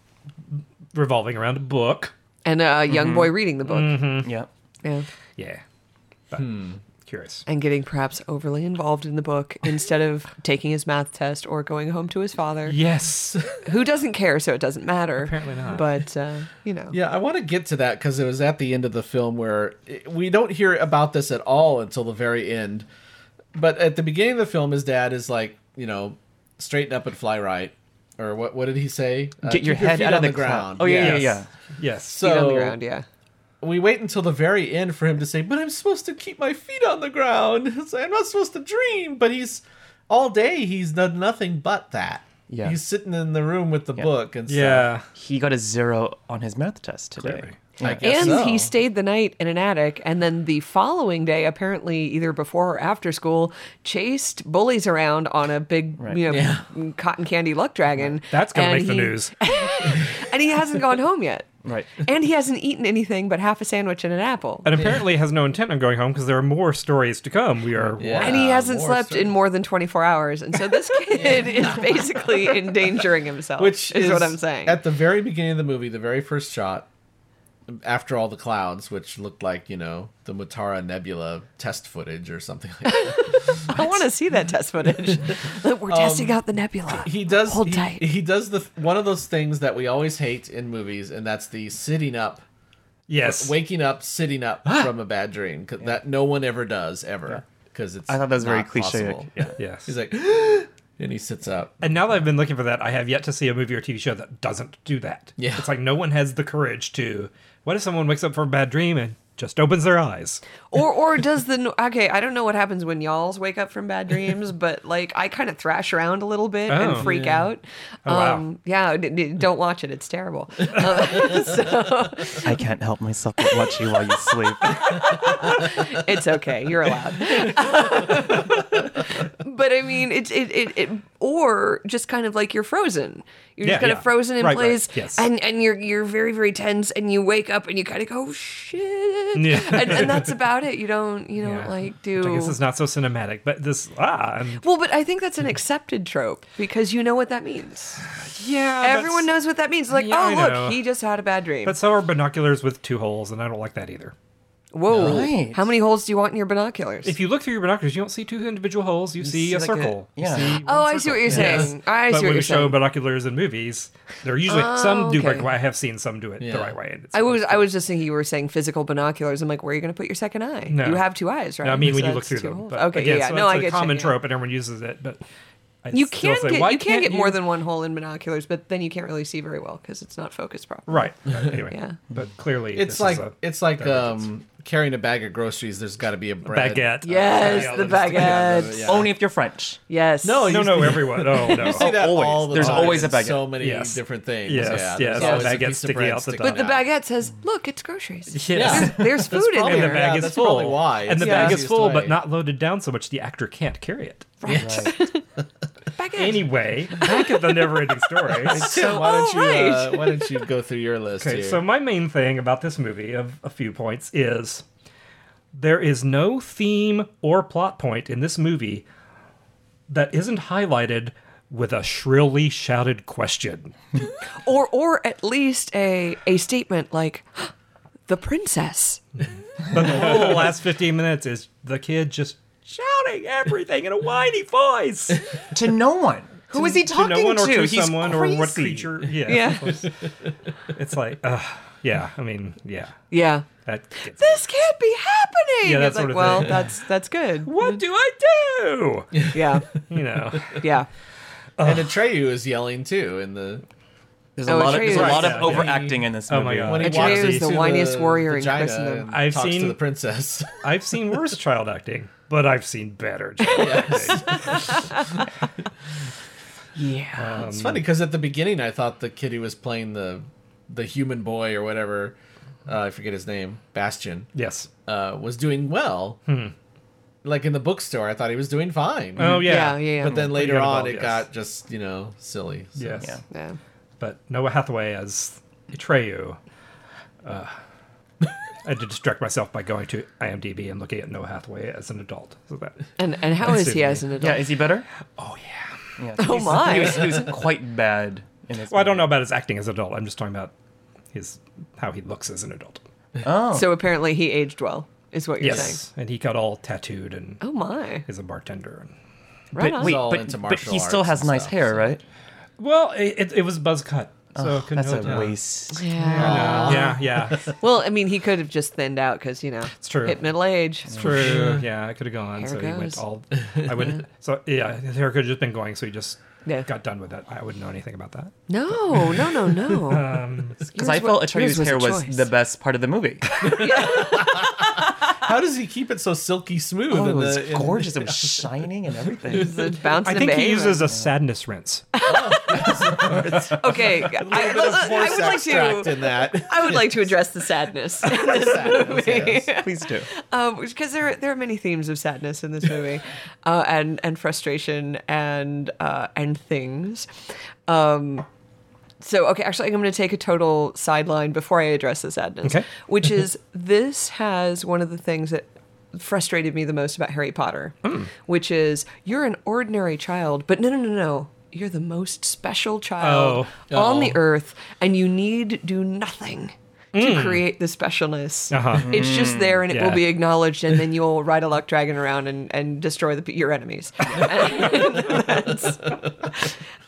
[SPEAKER 2] revolving around a book.
[SPEAKER 4] and a young
[SPEAKER 2] Mm-hmm.
[SPEAKER 4] boy reading the book,
[SPEAKER 3] Yeah.
[SPEAKER 4] yeah,
[SPEAKER 2] Yeah, but curious.
[SPEAKER 4] and getting perhaps overly involved in the book instead of taking his math test or going home to his father,
[SPEAKER 2] Yes,
[SPEAKER 4] who doesn't care, so it doesn't matter.
[SPEAKER 2] Apparently not.
[SPEAKER 4] But uh, you know,
[SPEAKER 1] Yeah, I want to get to that because it was at the end of the film where it- we don't hear about this at all until the very end. But at the beginning of the film, his dad is like, you know, straighten up and fly right, or what? What did he say? Uh,
[SPEAKER 3] Get your
[SPEAKER 1] keep
[SPEAKER 3] head
[SPEAKER 1] feet
[SPEAKER 3] out of
[SPEAKER 1] on
[SPEAKER 3] the, cloud.
[SPEAKER 1] ground.
[SPEAKER 3] Oh yeah, yeah,
[SPEAKER 1] Yes.
[SPEAKER 3] yeah.
[SPEAKER 2] yes.
[SPEAKER 1] So
[SPEAKER 4] feet on the ground, yeah.
[SPEAKER 1] we wait until the very end for him to say, "But I'm supposed to keep my feet on the ground. It's like, I'm not supposed to dream." But he's all day he's done nothing but that.
[SPEAKER 3] Yeah.
[SPEAKER 1] he's sitting in the room with the book and stuff.
[SPEAKER 2] yeah.
[SPEAKER 3] He got a zero on his math test today.
[SPEAKER 2] Clearly.
[SPEAKER 1] I guess
[SPEAKER 4] And
[SPEAKER 1] so.
[SPEAKER 4] he stayed the night in an attic, and then the following day, apparently either before or after school, chased bullies around on a big, you know, cotton candy luck dragon.
[SPEAKER 2] That's gonna
[SPEAKER 4] And
[SPEAKER 2] make the
[SPEAKER 4] he-
[SPEAKER 2] news.
[SPEAKER 4] And he hasn't gone home yet.
[SPEAKER 3] Right.
[SPEAKER 4] And he hasn't eaten anything but half a sandwich and an
[SPEAKER 1] Uh,
[SPEAKER 4] apple.
[SPEAKER 2] And apparently has no intent on going home because there are more stories to come. We are
[SPEAKER 1] Yeah.
[SPEAKER 4] And he hasn't
[SPEAKER 1] more
[SPEAKER 4] slept
[SPEAKER 1] so.
[SPEAKER 4] in more than 24 hours. And so this kid is basically endangering himself,
[SPEAKER 1] which
[SPEAKER 4] is, what I'm saying.
[SPEAKER 1] At the very beginning of the movie, the very first shot, after all the clouds, which looked like you know the Mutara Nebula test footage or something like that.
[SPEAKER 4] I want to see that test footage. Look, We're testing out the nebula.
[SPEAKER 1] Um, he does
[SPEAKER 4] Hold
[SPEAKER 1] he,
[SPEAKER 4] tight.
[SPEAKER 1] he does the one of those things that we always hate in movies, and that's the sitting up,
[SPEAKER 2] yes.
[SPEAKER 1] waking up, sitting up from a bad dream 'cause that no one ever does ever because it's.
[SPEAKER 3] I thought that was very
[SPEAKER 1] not
[SPEAKER 3] cliche.
[SPEAKER 1] possible.
[SPEAKER 2] Yes.
[SPEAKER 1] He's like, and he sits up.
[SPEAKER 2] and now that I've been looking for that, I have yet to see a movie or TV show that doesn't do that.
[SPEAKER 1] Yeah.
[SPEAKER 2] It's like no one has the courage to. What if someone wakes up from a bad dream and just opens their eyes?
[SPEAKER 4] or or does the no- okay i don't know what happens when y'all's wake up from bad dreams but like i kind of thrash around a little bit and
[SPEAKER 2] Oh.
[SPEAKER 4] freak out
[SPEAKER 2] Oh, wow.
[SPEAKER 4] um yeah d- d- don't watch it it's terrible Uh, so
[SPEAKER 3] I can't help myself but watch you while you sleep.
[SPEAKER 4] it's okay you're allowed but i mean it's it, it it or just kind of like you're frozen you're
[SPEAKER 2] Yeah,
[SPEAKER 4] just kind
[SPEAKER 2] yeah.
[SPEAKER 4] of frozen in
[SPEAKER 2] Right, right.
[SPEAKER 4] place
[SPEAKER 2] Yes.
[SPEAKER 4] and and you're you're very very tense and you wake up and you kind of go "Oh, shit
[SPEAKER 2] Yeah.
[SPEAKER 4] and, and that's about it you don't you don't
[SPEAKER 2] Yeah.
[SPEAKER 4] like
[SPEAKER 2] Which
[SPEAKER 4] do
[SPEAKER 2] I guess it's not so cinematic, but this ah and
[SPEAKER 4] Well, but I think that's an accepted trope because you know what that means.
[SPEAKER 2] yeah.
[SPEAKER 4] Everyone knows what that means. Like,
[SPEAKER 2] Yeah, I
[SPEAKER 4] oh, look,
[SPEAKER 2] know.
[SPEAKER 4] he just had a bad dream.
[SPEAKER 2] But so are binoculars with two holes, and I don't like that either.
[SPEAKER 4] Whoa.
[SPEAKER 3] Right.
[SPEAKER 4] How many holes do you want in your binoculars?
[SPEAKER 2] If you look through your binoculars, you don't see two individual holes. You, see,
[SPEAKER 3] see
[SPEAKER 2] a
[SPEAKER 3] like a-
[SPEAKER 2] circle. You
[SPEAKER 3] yeah.
[SPEAKER 2] see
[SPEAKER 4] oh,
[SPEAKER 2] one
[SPEAKER 4] I see
[SPEAKER 2] circle.
[SPEAKER 4] what you're saying. I
[SPEAKER 2] but
[SPEAKER 4] see
[SPEAKER 2] when
[SPEAKER 4] what
[SPEAKER 2] we
[SPEAKER 4] you're
[SPEAKER 2] show
[SPEAKER 4] saying. Oh,
[SPEAKER 2] binoculars in movies, they're usually some do
[SPEAKER 4] okay.
[SPEAKER 2] right. I have seen some do it the right way. and it's-
[SPEAKER 4] I was I was just thinking you were saying physical binoculars. I'm like, where are you going to put your second eye?
[SPEAKER 2] No.
[SPEAKER 4] You have two eyes, right?
[SPEAKER 2] No, I mean when
[SPEAKER 4] So
[SPEAKER 2] you look
[SPEAKER 4] that's
[SPEAKER 2] through
[SPEAKER 4] two
[SPEAKER 2] them.
[SPEAKER 4] holes.
[SPEAKER 2] But
[SPEAKER 4] okay,
[SPEAKER 2] again,
[SPEAKER 4] yeah,
[SPEAKER 2] so
[SPEAKER 4] no,
[SPEAKER 2] it's
[SPEAKER 4] I
[SPEAKER 2] a
[SPEAKER 4] get
[SPEAKER 2] common
[SPEAKER 4] you. yeah.
[SPEAKER 2] trope, and everyone uses it. But I
[SPEAKER 4] You
[SPEAKER 2] still
[SPEAKER 4] can
[SPEAKER 2] say,
[SPEAKER 4] get
[SPEAKER 2] why
[SPEAKER 4] you can get more
[SPEAKER 2] you-"
[SPEAKER 4] than one hole in binoculars, but then you can't really see very well because it's not focused properly.
[SPEAKER 2] right. right, Oh, Anyway,
[SPEAKER 4] Yeah.
[SPEAKER 2] but clearly
[SPEAKER 1] It's
[SPEAKER 2] this
[SPEAKER 1] like
[SPEAKER 2] is a
[SPEAKER 1] it's like
[SPEAKER 2] divergence.
[SPEAKER 1] um, carrying a bag of groceries. There's got to be a bread.
[SPEAKER 2] baguette.
[SPEAKER 4] Yes,
[SPEAKER 2] Yeah,
[SPEAKER 4] the
[SPEAKER 2] that's-
[SPEAKER 4] baguette.
[SPEAKER 1] Yeah.
[SPEAKER 3] Only if you're French.
[SPEAKER 4] Yes.
[SPEAKER 1] No,
[SPEAKER 2] No,
[SPEAKER 1] you-
[SPEAKER 2] no, everyone. Oh
[SPEAKER 1] You see
[SPEAKER 2] no.
[SPEAKER 1] that
[SPEAKER 3] always.
[SPEAKER 1] all the
[SPEAKER 3] There's
[SPEAKER 1] time
[SPEAKER 3] always a
[SPEAKER 1] in
[SPEAKER 3] baguette.
[SPEAKER 1] So many
[SPEAKER 2] Yes.
[SPEAKER 1] different things.
[SPEAKER 2] Yes,
[SPEAKER 1] yeah,
[SPEAKER 2] yes,
[SPEAKER 1] there's always
[SPEAKER 2] the
[SPEAKER 1] a
[SPEAKER 2] baguette's
[SPEAKER 1] piece of
[SPEAKER 2] sticking
[SPEAKER 1] bread
[SPEAKER 2] out the
[SPEAKER 1] sticking
[SPEAKER 2] top.
[SPEAKER 4] But the
[SPEAKER 1] out.
[SPEAKER 4] baguette says, "Look, it's groceries.
[SPEAKER 1] Yeah.
[SPEAKER 2] Yes.
[SPEAKER 4] There's food in
[SPEAKER 1] probably-
[SPEAKER 2] And the
[SPEAKER 4] here."
[SPEAKER 1] Yeah,
[SPEAKER 2] bag is
[SPEAKER 1] that's
[SPEAKER 2] full.
[SPEAKER 1] probably why.
[SPEAKER 2] And
[SPEAKER 1] It's
[SPEAKER 2] the bag
[SPEAKER 1] the
[SPEAKER 2] is
[SPEAKER 1] easiest
[SPEAKER 2] full,
[SPEAKER 1] way.
[SPEAKER 2] but not loaded down so much the actor can't carry it.
[SPEAKER 4] Baguette.
[SPEAKER 2] Anyway, back at the never-ending story.
[SPEAKER 1] Tim, why don't
[SPEAKER 4] Oh,
[SPEAKER 1] you uh,
[SPEAKER 4] right.
[SPEAKER 1] why don't you go through your list
[SPEAKER 2] Okay,
[SPEAKER 1] here?
[SPEAKER 2] so my main thing about this movie of a few points is there is no theme or plot point in this movie that isn't highlighted with a shrilly shouted question.
[SPEAKER 4] or or at least a a statement like the princess
[SPEAKER 2] But the whole last 15 minutes is the kid just shouting everything in a whiny voice.
[SPEAKER 3] To no one. Who is he
[SPEAKER 2] to
[SPEAKER 3] talking
[SPEAKER 2] no one or to
[SPEAKER 3] He's
[SPEAKER 2] someone or what
[SPEAKER 3] crazy.
[SPEAKER 2] creature. Yeah.
[SPEAKER 4] Yeah.
[SPEAKER 2] It's like, ugh. Yeah, I mean, yeah.
[SPEAKER 4] Yeah.
[SPEAKER 2] That gets
[SPEAKER 4] This can't be happening.
[SPEAKER 2] Yeah, that
[SPEAKER 4] it's
[SPEAKER 2] sort
[SPEAKER 4] like,
[SPEAKER 2] of
[SPEAKER 4] well,
[SPEAKER 2] thing.
[SPEAKER 4] that's that's good.
[SPEAKER 2] What do I do?
[SPEAKER 4] Yeah.
[SPEAKER 2] You know.
[SPEAKER 4] Yeah.
[SPEAKER 1] And Atreyu is yelling too in the
[SPEAKER 3] There's a
[SPEAKER 4] Oh,
[SPEAKER 3] lot of
[SPEAKER 4] Atreyu
[SPEAKER 3] there's a lot
[SPEAKER 1] is-
[SPEAKER 3] of overacting in this
[SPEAKER 2] Oh
[SPEAKER 3] movie.
[SPEAKER 2] my God.
[SPEAKER 1] when he
[SPEAKER 4] Atreyu
[SPEAKER 1] walks
[SPEAKER 4] is the
[SPEAKER 1] into
[SPEAKER 4] whiniest warrior in
[SPEAKER 1] vagina
[SPEAKER 4] Christendom.
[SPEAKER 1] and
[SPEAKER 2] I've
[SPEAKER 1] talks to
[SPEAKER 2] seen-
[SPEAKER 1] the princess.
[SPEAKER 2] I've seen worse child acting, but I've seen better child acting.
[SPEAKER 4] Yeah.
[SPEAKER 2] Uh, Um,
[SPEAKER 1] It's funny because at the beginning I thought the kid who was playing the the human boy or whatever, uh, I forget his name, Bastion,
[SPEAKER 2] Yes.
[SPEAKER 1] uh, was doing well. Like in the bookstore, I thought he was doing fine.
[SPEAKER 2] Hmm. Oh yeah.
[SPEAKER 4] Yeah. Yeah.
[SPEAKER 1] But then
[SPEAKER 2] When you
[SPEAKER 1] later
[SPEAKER 2] got
[SPEAKER 1] on,
[SPEAKER 2] involved,
[SPEAKER 1] it
[SPEAKER 2] yes.
[SPEAKER 1] got just you know silly. So.
[SPEAKER 2] Yes.
[SPEAKER 3] Yeah.
[SPEAKER 4] yeah.
[SPEAKER 2] But Noah Hathaway as Atreyu. Uh, I had to distract myself by going to IMDb and looking at Noah Hathaway as an adult. So that,
[SPEAKER 4] And and how is he
[SPEAKER 2] Excuse
[SPEAKER 4] as an adult?
[SPEAKER 3] Yeah, is he better?
[SPEAKER 2] oh yeah.
[SPEAKER 3] Yeah.
[SPEAKER 4] Oh
[SPEAKER 3] he's-
[SPEAKER 4] my.
[SPEAKER 3] He was, he was quite bad in this.
[SPEAKER 2] Well, I don't know about his acting as an adult. I'm just talking about his how he looks as an adult.
[SPEAKER 3] movie. Oh,
[SPEAKER 4] So apparently he aged well, is what you're saying.
[SPEAKER 2] And he got all tattooed and
[SPEAKER 4] Oh my.
[SPEAKER 2] is a bartender. And,
[SPEAKER 4] Right
[SPEAKER 3] but
[SPEAKER 4] on.
[SPEAKER 3] wait,
[SPEAKER 1] all
[SPEAKER 3] but,
[SPEAKER 1] into
[SPEAKER 3] but
[SPEAKER 1] martial
[SPEAKER 3] he still
[SPEAKER 1] arts
[SPEAKER 3] has
[SPEAKER 1] and
[SPEAKER 3] nice
[SPEAKER 1] stuff,
[SPEAKER 3] hair,
[SPEAKER 1] so-
[SPEAKER 3] right?
[SPEAKER 2] well, it, it, it was buzz cut. So it couldn't
[SPEAKER 3] That's a
[SPEAKER 2] hold down.
[SPEAKER 3] waste.
[SPEAKER 4] Yeah.
[SPEAKER 2] Yeah, yeah.
[SPEAKER 4] Well, I mean, he could have just thinned out because you know it's
[SPEAKER 2] true.
[SPEAKER 4] Hit middle age.
[SPEAKER 2] True. Yeah, I could have gone.
[SPEAKER 4] Hair
[SPEAKER 2] so he
[SPEAKER 4] goes.
[SPEAKER 2] went all. I would. so yeah, his hair could have just been going. So he just
[SPEAKER 4] Yeah.
[SPEAKER 2] got done with it. I wouldn't know anything about that.
[SPEAKER 4] No, no, no, no.
[SPEAKER 2] Um,
[SPEAKER 3] Because I felt Atreus' hair was the best part of the movie.
[SPEAKER 1] How does he keep it so silky smooth?
[SPEAKER 3] Oh,
[SPEAKER 1] in
[SPEAKER 3] it
[SPEAKER 1] the-
[SPEAKER 3] was
[SPEAKER 1] in-
[SPEAKER 3] gorgeous. It was shining and everything.
[SPEAKER 4] The bounce
[SPEAKER 2] I
[SPEAKER 4] and
[SPEAKER 2] think he
[SPEAKER 4] behavior.
[SPEAKER 2] uses a sadness rinse.
[SPEAKER 4] Okay, I,
[SPEAKER 1] a bit of
[SPEAKER 4] I
[SPEAKER 1] force
[SPEAKER 4] would like
[SPEAKER 1] extract
[SPEAKER 4] to.
[SPEAKER 1] in that.
[SPEAKER 4] I would like to address the sadness in this
[SPEAKER 1] Sadness,
[SPEAKER 4] movie,
[SPEAKER 1] yes.
[SPEAKER 3] Please do.
[SPEAKER 4] because Um, there there are many themes of sadness in this movie, uh, and and frustration and uh, and things. Um, so okay, actually, I'm going to take a total sideline before I address the sadness,
[SPEAKER 2] Okay.
[SPEAKER 4] which is this has one of the things that frustrated me the most about Harry Potter,
[SPEAKER 2] Hmm.
[SPEAKER 4] which is you're an ordinary child, but no, no, no, no. You're the most special child
[SPEAKER 1] Oh.
[SPEAKER 4] on the
[SPEAKER 1] Oh.
[SPEAKER 4] earth, and you need do nothing to create the specialness.
[SPEAKER 2] Hmm. Uh-huh.
[SPEAKER 4] It's just there, and it
[SPEAKER 1] Mm,
[SPEAKER 4] will
[SPEAKER 2] Yeah.
[SPEAKER 4] be acknowledged, and then you'll ride a luck dragon around and, and destroy the, your enemies. and, that's-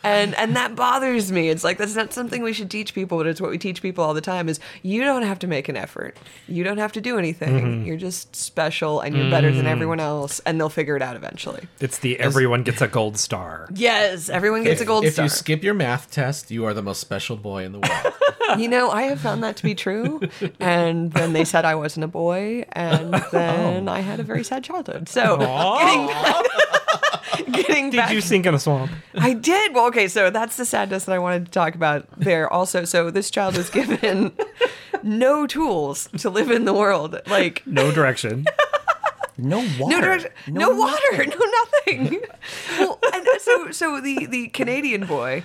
[SPEAKER 4] and and that bothers me. It's like that's not something we should teach people, but it's what we teach people all the time: is you don't have to make an effort, you don't have to do anything.
[SPEAKER 1] Mm-hmm.
[SPEAKER 4] You're just special, and you're better
[SPEAKER 1] Mm.
[SPEAKER 4] than everyone else, and they'll figure it out eventually.
[SPEAKER 2] It's the everyone gets a gold star.
[SPEAKER 4] Yes, everyone gets a gold
[SPEAKER 1] if
[SPEAKER 4] star.
[SPEAKER 1] you skip your math test, you are the most special boy in the world.
[SPEAKER 4] You know, I have found that to be true. And then they said I wasn't a boy, and then I had a very sad childhood. So getting back, getting
[SPEAKER 2] Did
[SPEAKER 4] back,
[SPEAKER 2] you sink in a swamp?
[SPEAKER 4] I did. Well, okay, so that's the sadness that I wanted to talk about there. Also, so this child was given no tools to live in the world, like.
[SPEAKER 2] No direction.
[SPEAKER 3] No water.
[SPEAKER 4] No, direct- no, water, no nothing. well, and uh, so so the the Canadian boy,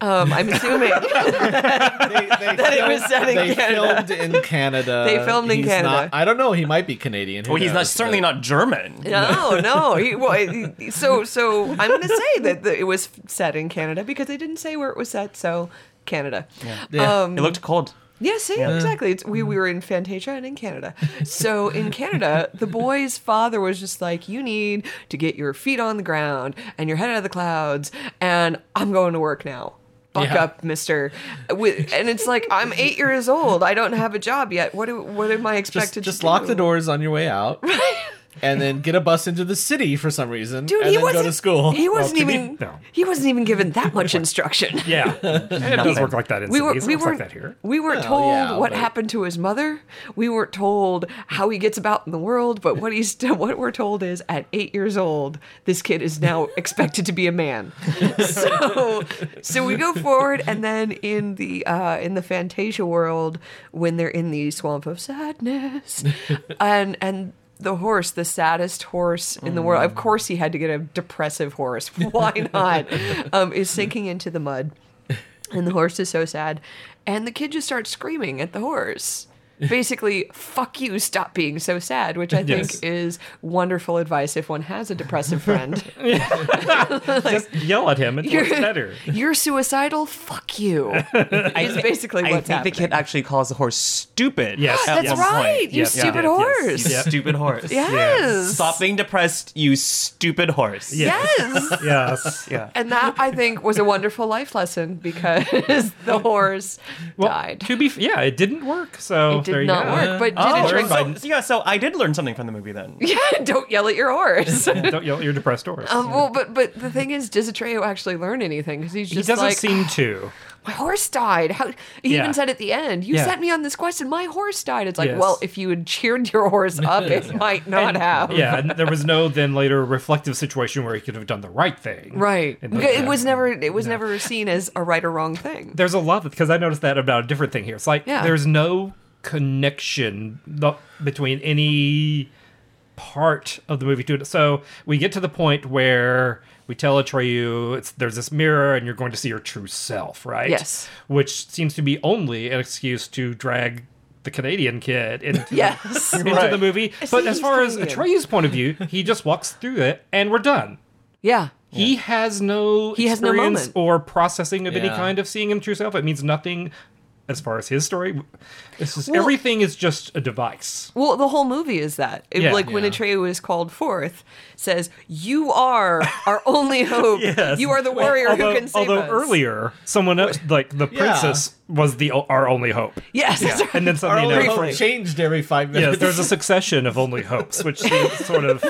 [SPEAKER 4] um, I'm
[SPEAKER 1] they,
[SPEAKER 4] assuming
[SPEAKER 1] they
[SPEAKER 4] That it
[SPEAKER 1] filmed,
[SPEAKER 4] was set in
[SPEAKER 1] they
[SPEAKER 4] Canada.
[SPEAKER 1] filmed in Canada.
[SPEAKER 4] They filmed in
[SPEAKER 1] He's
[SPEAKER 4] Canada.
[SPEAKER 1] not- I don't know. He might be Canadian. Who
[SPEAKER 3] Well, he's not
[SPEAKER 1] knows,
[SPEAKER 3] certainly
[SPEAKER 1] but-
[SPEAKER 3] not German.
[SPEAKER 4] No, no. He, well, he- he- so, so I'm going to say that the, it was set in Canada because they didn't say where it was set. So, Canada.
[SPEAKER 1] Yeah.
[SPEAKER 4] Um,
[SPEAKER 3] It looked cold.
[SPEAKER 4] yeah, see, exactly. It's, we, we were in Fantasia and in Canada. So, in Canada, the boy's father was just like, You need to get your feet on the ground and your head out of the clouds, and I'm going to work now. Buck
[SPEAKER 1] Yeah.
[SPEAKER 4] up, mister. With, and it's like, I'm eight years old. I don't have a job yet. What, do, what am I
[SPEAKER 1] just,
[SPEAKER 4] expected
[SPEAKER 1] just
[SPEAKER 4] to
[SPEAKER 1] lock
[SPEAKER 4] do?
[SPEAKER 1] the doors on your way out. And then get a bus into the city for some reason,
[SPEAKER 4] Dude,
[SPEAKER 1] and
[SPEAKER 4] he
[SPEAKER 1] then
[SPEAKER 4] wasn't
[SPEAKER 1] go to school.
[SPEAKER 4] He wasn't
[SPEAKER 2] to be-
[SPEAKER 4] even.
[SPEAKER 2] no.
[SPEAKER 4] He wasn't even given that much instruction.
[SPEAKER 2] Yeah. And it does
[SPEAKER 3] Nothing.
[SPEAKER 2] work like that in
[SPEAKER 4] We were
[SPEAKER 2] cities.
[SPEAKER 4] we
[SPEAKER 2] it works
[SPEAKER 4] weren't
[SPEAKER 2] like that here.
[SPEAKER 4] we weren't
[SPEAKER 1] Well,
[SPEAKER 4] told
[SPEAKER 1] yeah,
[SPEAKER 4] what
[SPEAKER 1] but-
[SPEAKER 4] happened to his mother. We weren't told how he gets about in the world. But what he's what we're told is at eight years old, this kid is now expected to be a man. so so we go forward, and then in the uh, in the Fantasia world, when they're in the swamp of sadness, and and the horse, the saddest horse in the
[SPEAKER 1] Mm.
[SPEAKER 4] world. Of course, he had to get a depressive horse. Why not? um, is sinking into the mud, and the horse is so sad, and the kid just starts screaming at the horse. basically, fuck you, stop being so sad, which I think
[SPEAKER 2] Yes.
[SPEAKER 4] is wonderful advice if one has a depressive friend.
[SPEAKER 2] Just yell at him. It
[SPEAKER 4] You're-
[SPEAKER 2] works better.
[SPEAKER 4] You're suicidal, fuck you. Is basically
[SPEAKER 3] I
[SPEAKER 4] what's
[SPEAKER 3] think the
[SPEAKER 4] happening.
[SPEAKER 3] kid actually calls the horse stupid.
[SPEAKER 2] Yes.
[SPEAKER 3] at
[SPEAKER 4] That's
[SPEAKER 2] Yes.
[SPEAKER 3] one point.
[SPEAKER 4] right, you
[SPEAKER 2] Yes, yeah.
[SPEAKER 4] stupid
[SPEAKER 2] Yes.
[SPEAKER 4] horse.
[SPEAKER 3] You stupid horse.
[SPEAKER 4] Yes.
[SPEAKER 3] Stop being depressed, you stupid horse.
[SPEAKER 2] Yeah.
[SPEAKER 4] Yes.
[SPEAKER 2] Yes.
[SPEAKER 3] Yeah.
[SPEAKER 4] And that I think was a wonderful life lesson because the horse died.
[SPEAKER 2] To be f- yeah, it didn't work. So
[SPEAKER 4] It did
[SPEAKER 2] Oh, there you
[SPEAKER 4] not
[SPEAKER 2] go.
[SPEAKER 4] work, but did
[SPEAKER 3] Oh,
[SPEAKER 4] it drink?
[SPEAKER 2] learn by-
[SPEAKER 3] so, yeah, so I did learn something from the movie then.
[SPEAKER 4] Yeah, don't yell at your horse.
[SPEAKER 2] Don't yell at your depressed horse.
[SPEAKER 4] Um, well, but but the thing is, does Atreyo actually learn anything? Because he's
[SPEAKER 2] he
[SPEAKER 4] just
[SPEAKER 2] doesn't
[SPEAKER 4] like,
[SPEAKER 2] seem to.
[SPEAKER 4] my horse died. How? He
[SPEAKER 2] Yeah.
[SPEAKER 4] even said at the end, "You
[SPEAKER 2] Yeah.
[SPEAKER 4] sent me on this quest, and my horse died." It's like,
[SPEAKER 2] Yes.
[SPEAKER 4] well, if you had cheered your horse up, it might not have.
[SPEAKER 2] Yeah, and there was no then later reflective situation where he could have done the right thing.
[SPEAKER 4] Right.
[SPEAKER 2] And the-
[SPEAKER 4] It was never. It was never seen as a right or wrong thing.
[SPEAKER 2] There's a lot because I noticed that about a different thing here. It's like
[SPEAKER 4] Yeah.
[SPEAKER 2] there's no connection not between any part of the movie to it. So we get to the point where we tell Atreyu it's there's this mirror and you're going to see your true self, right?
[SPEAKER 4] Yes.
[SPEAKER 2] Which seems to be only an excuse to drag the Canadian kid into the-
[SPEAKER 4] Yes.
[SPEAKER 2] into
[SPEAKER 3] Right.
[SPEAKER 2] the movie.
[SPEAKER 4] I see
[SPEAKER 2] but as
[SPEAKER 4] he's
[SPEAKER 2] far as
[SPEAKER 4] Canadian.
[SPEAKER 2] Atreus' point of view, he just walks through it and we're done.
[SPEAKER 4] yeah.
[SPEAKER 2] He has no
[SPEAKER 4] He has no
[SPEAKER 2] experience
[SPEAKER 4] moment.
[SPEAKER 2] or processing of any
[SPEAKER 1] Yeah.
[SPEAKER 2] kind of seeing him true self. It means nothing as far as his story. It's just,
[SPEAKER 4] Well-
[SPEAKER 2] everything is just a device.
[SPEAKER 4] Well, the whole movie is that. It-
[SPEAKER 2] Yeah.
[SPEAKER 4] like when
[SPEAKER 1] Yeah.
[SPEAKER 4] Atreyu is called forth, says, "You are our only hope. You are the warrior
[SPEAKER 2] although,
[SPEAKER 4] who can save
[SPEAKER 2] although
[SPEAKER 4] us."
[SPEAKER 2] earlier, someone else, like the
[SPEAKER 1] Yeah.
[SPEAKER 2] princess, was the o- our only hope.
[SPEAKER 4] yes, that's right.
[SPEAKER 2] And then
[SPEAKER 1] Our
[SPEAKER 2] suddenly,
[SPEAKER 1] only
[SPEAKER 2] now-
[SPEAKER 1] hope changed every five
[SPEAKER 2] yes,
[SPEAKER 1] minutes.
[SPEAKER 2] there's a succession of only hopes, which sort of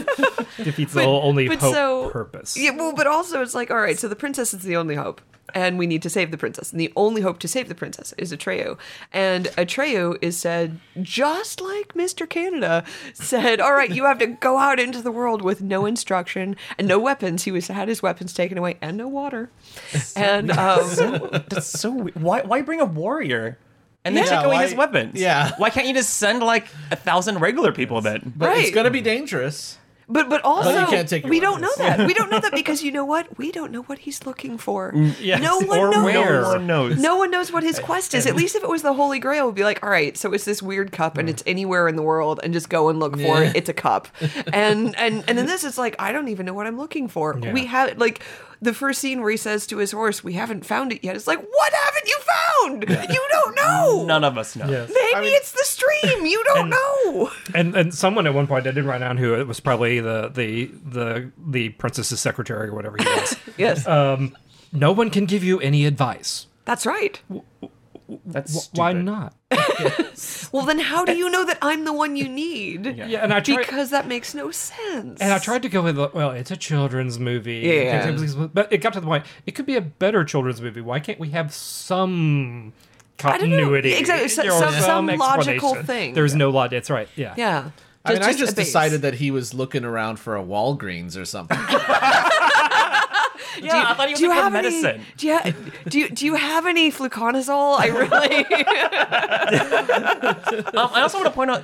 [SPEAKER 2] defeats the
[SPEAKER 4] But-
[SPEAKER 2] whole only
[SPEAKER 4] but
[SPEAKER 2] hope
[SPEAKER 4] so-
[SPEAKER 2] purpose.
[SPEAKER 4] Yeah, well, but also it's like, all right, so the princess is the only hope, and we need to save the princess. And the only hope to save the princess is Atreyu. And Atreyu is said, just like Mr. Canada said, all right, you have to go out into the world with no instruction and no weapons. He was had his weapons taken away and no water. And um,
[SPEAKER 3] That's so weird. Why, why bring a warrior and then
[SPEAKER 1] Yeah,
[SPEAKER 3] take away
[SPEAKER 1] why-
[SPEAKER 3] his weapons?
[SPEAKER 1] yeah.
[SPEAKER 3] Why can't you just send like a thousand regular people then?
[SPEAKER 1] but
[SPEAKER 4] right.
[SPEAKER 1] it's gonna be dangerous.
[SPEAKER 4] but but also
[SPEAKER 1] But you can't take your
[SPEAKER 4] we don't know
[SPEAKER 1] weapons.
[SPEAKER 4] that. We don't know that because you know what? We don't know what he's looking for.
[SPEAKER 2] yes,
[SPEAKER 4] No one
[SPEAKER 2] or
[SPEAKER 4] knows.
[SPEAKER 2] where.
[SPEAKER 3] No one knows.
[SPEAKER 4] No one knows what his quest is. At least if it was the Holy Grail, we'd be like, all right, so it's this weird cup and it's anywhere in the world and just go and look for
[SPEAKER 1] Yeah.
[SPEAKER 4] it. It's a cup. And and and then this is like, I don't even know what I'm looking for.
[SPEAKER 2] Yeah.
[SPEAKER 4] We have like the first scene where he says to his horse, We haven't found it yet. It's like, what haven't you found? You don't know.
[SPEAKER 3] None of us know.
[SPEAKER 2] Yes.
[SPEAKER 4] Maybe
[SPEAKER 1] I mean-
[SPEAKER 4] it's the stream. You don't know.
[SPEAKER 2] And and someone at one point I did write down who it was probably the the the the princess's secretary or whatever he was.
[SPEAKER 4] Yes.
[SPEAKER 2] no one can give you any advice.
[SPEAKER 4] that's right.
[SPEAKER 3] That's
[SPEAKER 2] Wh-
[SPEAKER 3] stupid.
[SPEAKER 2] Why not?
[SPEAKER 4] Well, then how do you know that I'm the one you need?
[SPEAKER 2] Yeah, and I tried
[SPEAKER 4] Because that makes no sense.
[SPEAKER 2] and I tried to go with the- well, it's a children's movie.
[SPEAKER 4] Yeah.
[SPEAKER 2] But it got to the point. It could be a better children's movie. Why can't we have some
[SPEAKER 4] I don't know.
[SPEAKER 2] continuity?
[SPEAKER 4] Exactly. So-
[SPEAKER 2] or
[SPEAKER 4] some- some logical
[SPEAKER 2] explanation?
[SPEAKER 4] thing.
[SPEAKER 2] There's no logic. That's right. Yeah.
[SPEAKER 4] Yeah.
[SPEAKER 1] I mean, I
[SPEAKER 4] a
[SPEAKER 1] just
[SPEAKER 4] base.
[SPEAKER 1] decided that he was looking around for a Walgreens or something.
[SPEAKER 3] Yeah, I thought he was
[SPEAKER 4] do you
[SPEAKER 3] looking for
[SPEAKER 4] have
[SPEAKER 3] medicine.
[SPEAKER 4] Any, do you ha- do you, do you have any fluconazole? I really
[SPEAKER 3] Um, I also want to point out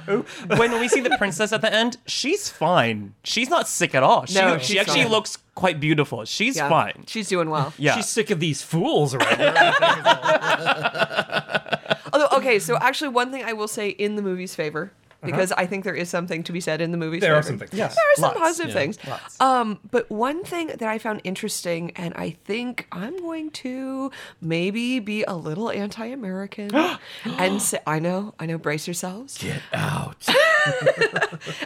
[SPEAKER 3] when we see the princess at the end, she's fine. She's not sick at all. She,
[SPEAKER 4] No,
[SPEAKER 3] she
[SPEAKER 4] she's
[SPEAKER 3] actually
[SPEAKER 4] fine.
[SPEAKER 3] looks quite beautiful. She's
[SPEAKER 4] Yeah.
[SPEAKER 3] fine.
[SPEAKER 4] She's doing well.
[SPEAKER 3] Yeah.
[SPEAKER 2] She's sick of these fools around her.
[SPEAKER 4] Although okay, so actually one thing I will say in the movie's favor because I think there is something to be said in the movie's
[SPEAKER 2] Uh-huh. there
[SPEAKER 4] favor.
[SPEAKER 2] are some things.
[SPEAKER 3] Yes.
[SPEAKER 4] There are some
[SPEAKER 3] Lots,
[SPEAKER 4] positive
[SPEAKER 3] yeah,
[SPEAKER 4] things.
[SPEAKER 3] lots.
[SPEAKER 4] Um, but one thing that I found interesting, and I think I'm going to maybe be a little anti-American, and say, I know, I know, brace yourselves.
[SPEAKER 1] Get out.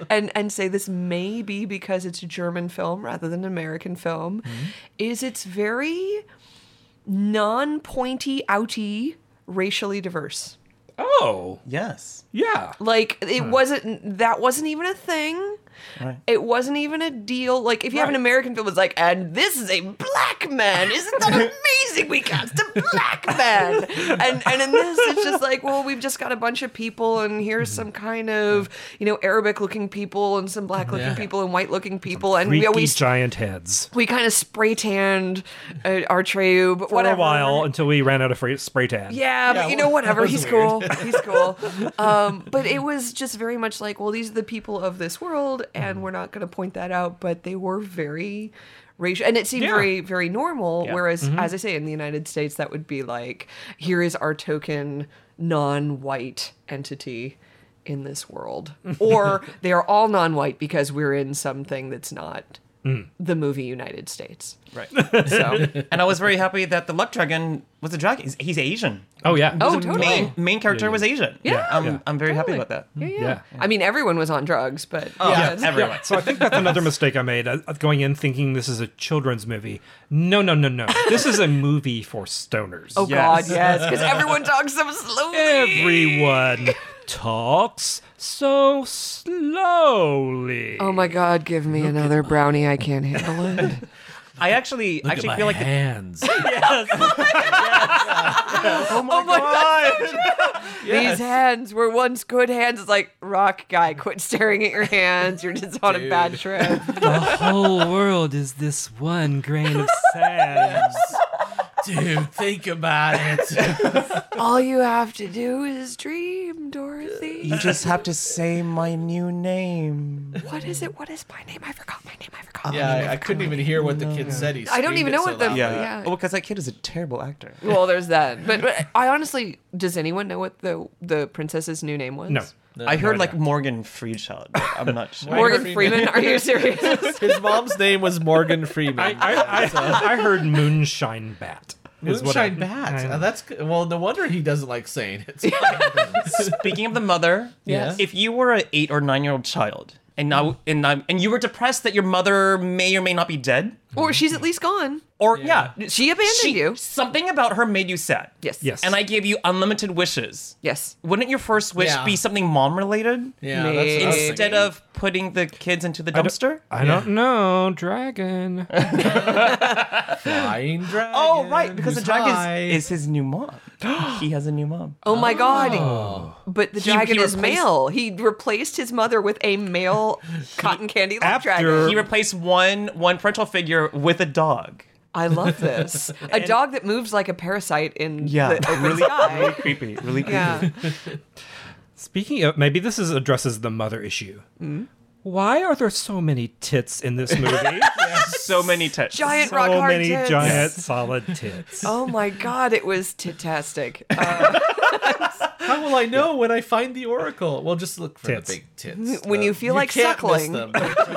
[SPEAKER 4] and and say this may be because it's a German film rather than an American film,
[SPEAKER 3] Mm-hmm.
[SPEAKER 4] is it's very non-pointy, outy, racially diverse.
[SPEAKER 2] Oh.
[SPEAKER 3] Yes.
[SPEAKER 2] Yeah.
[SPEAKER 4] Like it wasn't that wasn't even a thing.
[SPEAKER 3] Right.
[SPEAKER 4] It wasn't even a deal. Like if you have an
[SPEAKER 2] Right.
[SPEAKER 4] American film, it's like, and this is a black man. Isn't that amazing? We cast a black man. And and in this, it's just like, well, we've just got a bunch of people, and here's some
[SPEAKER 2] Mm-hmm.
[SPEAKER 4] kind of you know Arabic looking people, and some black looking people, and white looking people, and we
[SPEAKER 2] Freaky
[SPEAKER 4] always.
[SPEAKER 2] giant heads.
[SPEAKER 4] we kind of spray tanned uh, our Treyu, but
[SPEAKER 2] For
[SPEAKER 4] whatever.
[SPEAKER 2] a while until we ran out of free- spray tan.
[SPEAKER 4] Yeah,
[SPEAKER 1] Yeah,
[SPEAKER 4] but you
[SPEAKER 1] well,
[SPEAKER 4] know, whatever.
[SPEAKER 1] that was
[SPEAKER 4] He's
[SPEAKER 1] weird.
[SPEAKER 4] cool. He's cool. Um, but it was just very much like, well, these are the people of this world, and we're not going to point that out. But they were very racial, and it seemed
[SPEAKER 2] Yeah.
[SPEAKER 4] very, very normal.
[SPEAKER 3] Yeah.
[SPEAKER 4] Whereas, as I say, in the United States, that would be like, here is our token non-white entity. in this world, or they are all non-white because we're in something that's not the movie United States.
[SPEAKER 3] Right.
[SPEAKER 4] So,
[SPEAKER 3] and I was very happy that the Luck Dragon was a dragon. He's, he's Asian.
[SPEAKER 2] Oh yeah.
[SPEAKER 4] oh,
[SPEAKER 3] The
[SPEAKER 4] totally.
[SPEAKER 3] Main main character was Asian.
[SPEAKER 4] Yeah.
[SPEAKER 3] I'm,
[SPEAKER 2] Yeah.
[SPEAKER 3] I'm very happy
[SPEAKER 4] Totally.
[SPEAKER 3] about that.
[SPEAKER 4] Yeah, yeah.
[SPEAKER 2] Yeah.
[SPEAKER 4] I mean, everyone was on drugs, but
[SPEAKER 3] Oh, Yeah,
[SPEAKER 4] that's-
[SPEAKER 3] everyone.
[SPEAKER 2] So I think that's another mistake I made uh, going in thinking this is a children's movie. No, no, no, no. This is a movie for stoners.
[SPEAKER 4] oh
[SPEAKER 3] Yes.
[SPEAKER 4] god, yes, because everyone talks so slowly.
[SPEAKER 2] Everyone talks so slowly.
[SPEAKER 4] Oh my god, give me another brownie. I can't handle it.
[SPEAKER 3] I actually actually feel like the,
[SPEAKER 5] hands.
[SPEAKER 4] oh my, These hands were once good hands. It's like, rock guy, quit staring at your hands. You're just on a bad trip.
[SPEAKER 2] the whole world is this one grain of sand.
[SPEAKER 5] Dude, think about it.
[SPEAKER 4] All you have to do is dream, Dorothy.
[SPEAKER 3] you just have to say my new name.
[SPEAKER 4] What is it? What is my name? I forgot my name. I forgot.
[SPEAKER 1] Yeah, I, I couldn't even hear what the kid said. He
[SPEAKER 4] I don't
[SPEAKER 1] screamed
[SPEAKER 4] even
[SPEAKER 1] it
[SPEAKER 4] know
[SPEAKER 1] so
[SPEAKER 4] what the-
[SPEAKER 1] loudly.
[SPEAKER 3] Yeah.
[SPEAKER 4] Yeah.
[SPEAKER 3] Oh, because that kid is a terrible actor.
[SPEAKER 4] Well, there's that. But, but I honestly, does anyone know what the the princess's new name was?
[SPEAKER 2] No.
[SPEAKER 3] I heard like Morgan Freechild. but I'm not sure.
[SPEAKER 4] Morgan
[SPEAKER 1] Freeman.
[SPEAKER 4] Freeman. Are you serious?
[SPEAKER 1] His mom's name was Morgan Freeman.
[SPEAKER 2] I, I, I, I heard moonshine bat. is what I-
[SPEAKER 1] Moonshine Bat.
[SPEAKER 2] I-
[SPEAKER 1] Uh, that's good. well. No wonder he doesn't like saying it.
[SPEAKER 3] Speaking of the mother,
[SPEAKER 1] Yes.
[SPEAKER 3] if you were an eight or nine year old child and now and i and you were depressed that your mother may or may not be dead,
[SPEAKER 4] or she's at least gone.
[SPEAKER 3] or yeah,
[SPEAKER 4] She abandoned
[SPEAKER 3] she-
[SPEAKER 4] you.
[SPEAKER 3] something about her made you sad.
[SPEAKER 4] Yes.
[SPEAKER 2] Yes.
[SPEAKER 3] And I gave you unlimited wishes.
[SPEAKER 4] Yes.
[SPEAKER 3] Wouldn't your first wish
[SPEAKER 1] Yeah.
[SPEAKER 3] be something mom related?
[SPEAKER 1] yeah, that's what I was
[SPEAKER 4] Instead
[SPEAKER 1] thinking.
[SPEAKER 3] Instead of putting the kids into the dumpster?
[SPEAKER 2] I don't know, dragon.
[SPEAKER 1] flying dragon.
[SPEAKER 3] Oh, right, because the
[SPEAKER 1] who's high.
[SPEAKER 3] dragon is, is his new mom. he has a new mom.
[SPEAKER 4] Oh my god. But the dragon
[SPEAKER 3] he
[SPEAKER 4] is
[SPEAKER 3] replaced-
[SPEAKER 4] male. He replaced his mother with a male cotton candy lap
[SPEAKER 2] after-
[SPEAKER 4] dragon.
[SPEAKER 3] He replaced one one parental figure with a dog.
[SPEAKER 4] I love this. A dog that moves like a parasite in
[SPEAKER 3] Yeah,
[SPEAKER 4] the open sky.
[SPEAKER 3] Creepy, really creepy.
[SPEAKER 4] yeah.
[SPEAKER 2] Speaking of, maybe this is addresses the mother issue.
[SPEAKER 4] Hmm?
[SPEAKER 2] Why are there so many tits in this movie?
[SPEAKER 3] So many tits.
[SPEAKER 4] Giant rock
[SPEAKER 2] so
[SPEAKER 4] hard
[SPEAKER 2] many
[SPEAKER 4] tits.
[SPEAKER 2] giant solid tits.
[SPEAKER 4] Oh my god, it was titastic. Uh,
[SPEAKER 1] How will I know when I find the oracle? Well, just look for
[SPEAKER 2] Tits.
[SPEAKER 1] the big tits.
[SPEAKER 4] When
[SPEAKER 1] Uh,
[SPEAKER 4] you feel like
[SPEAKER 1] can't miss
[SPEAKER 4] suckling.
[SPEAKER 1] them.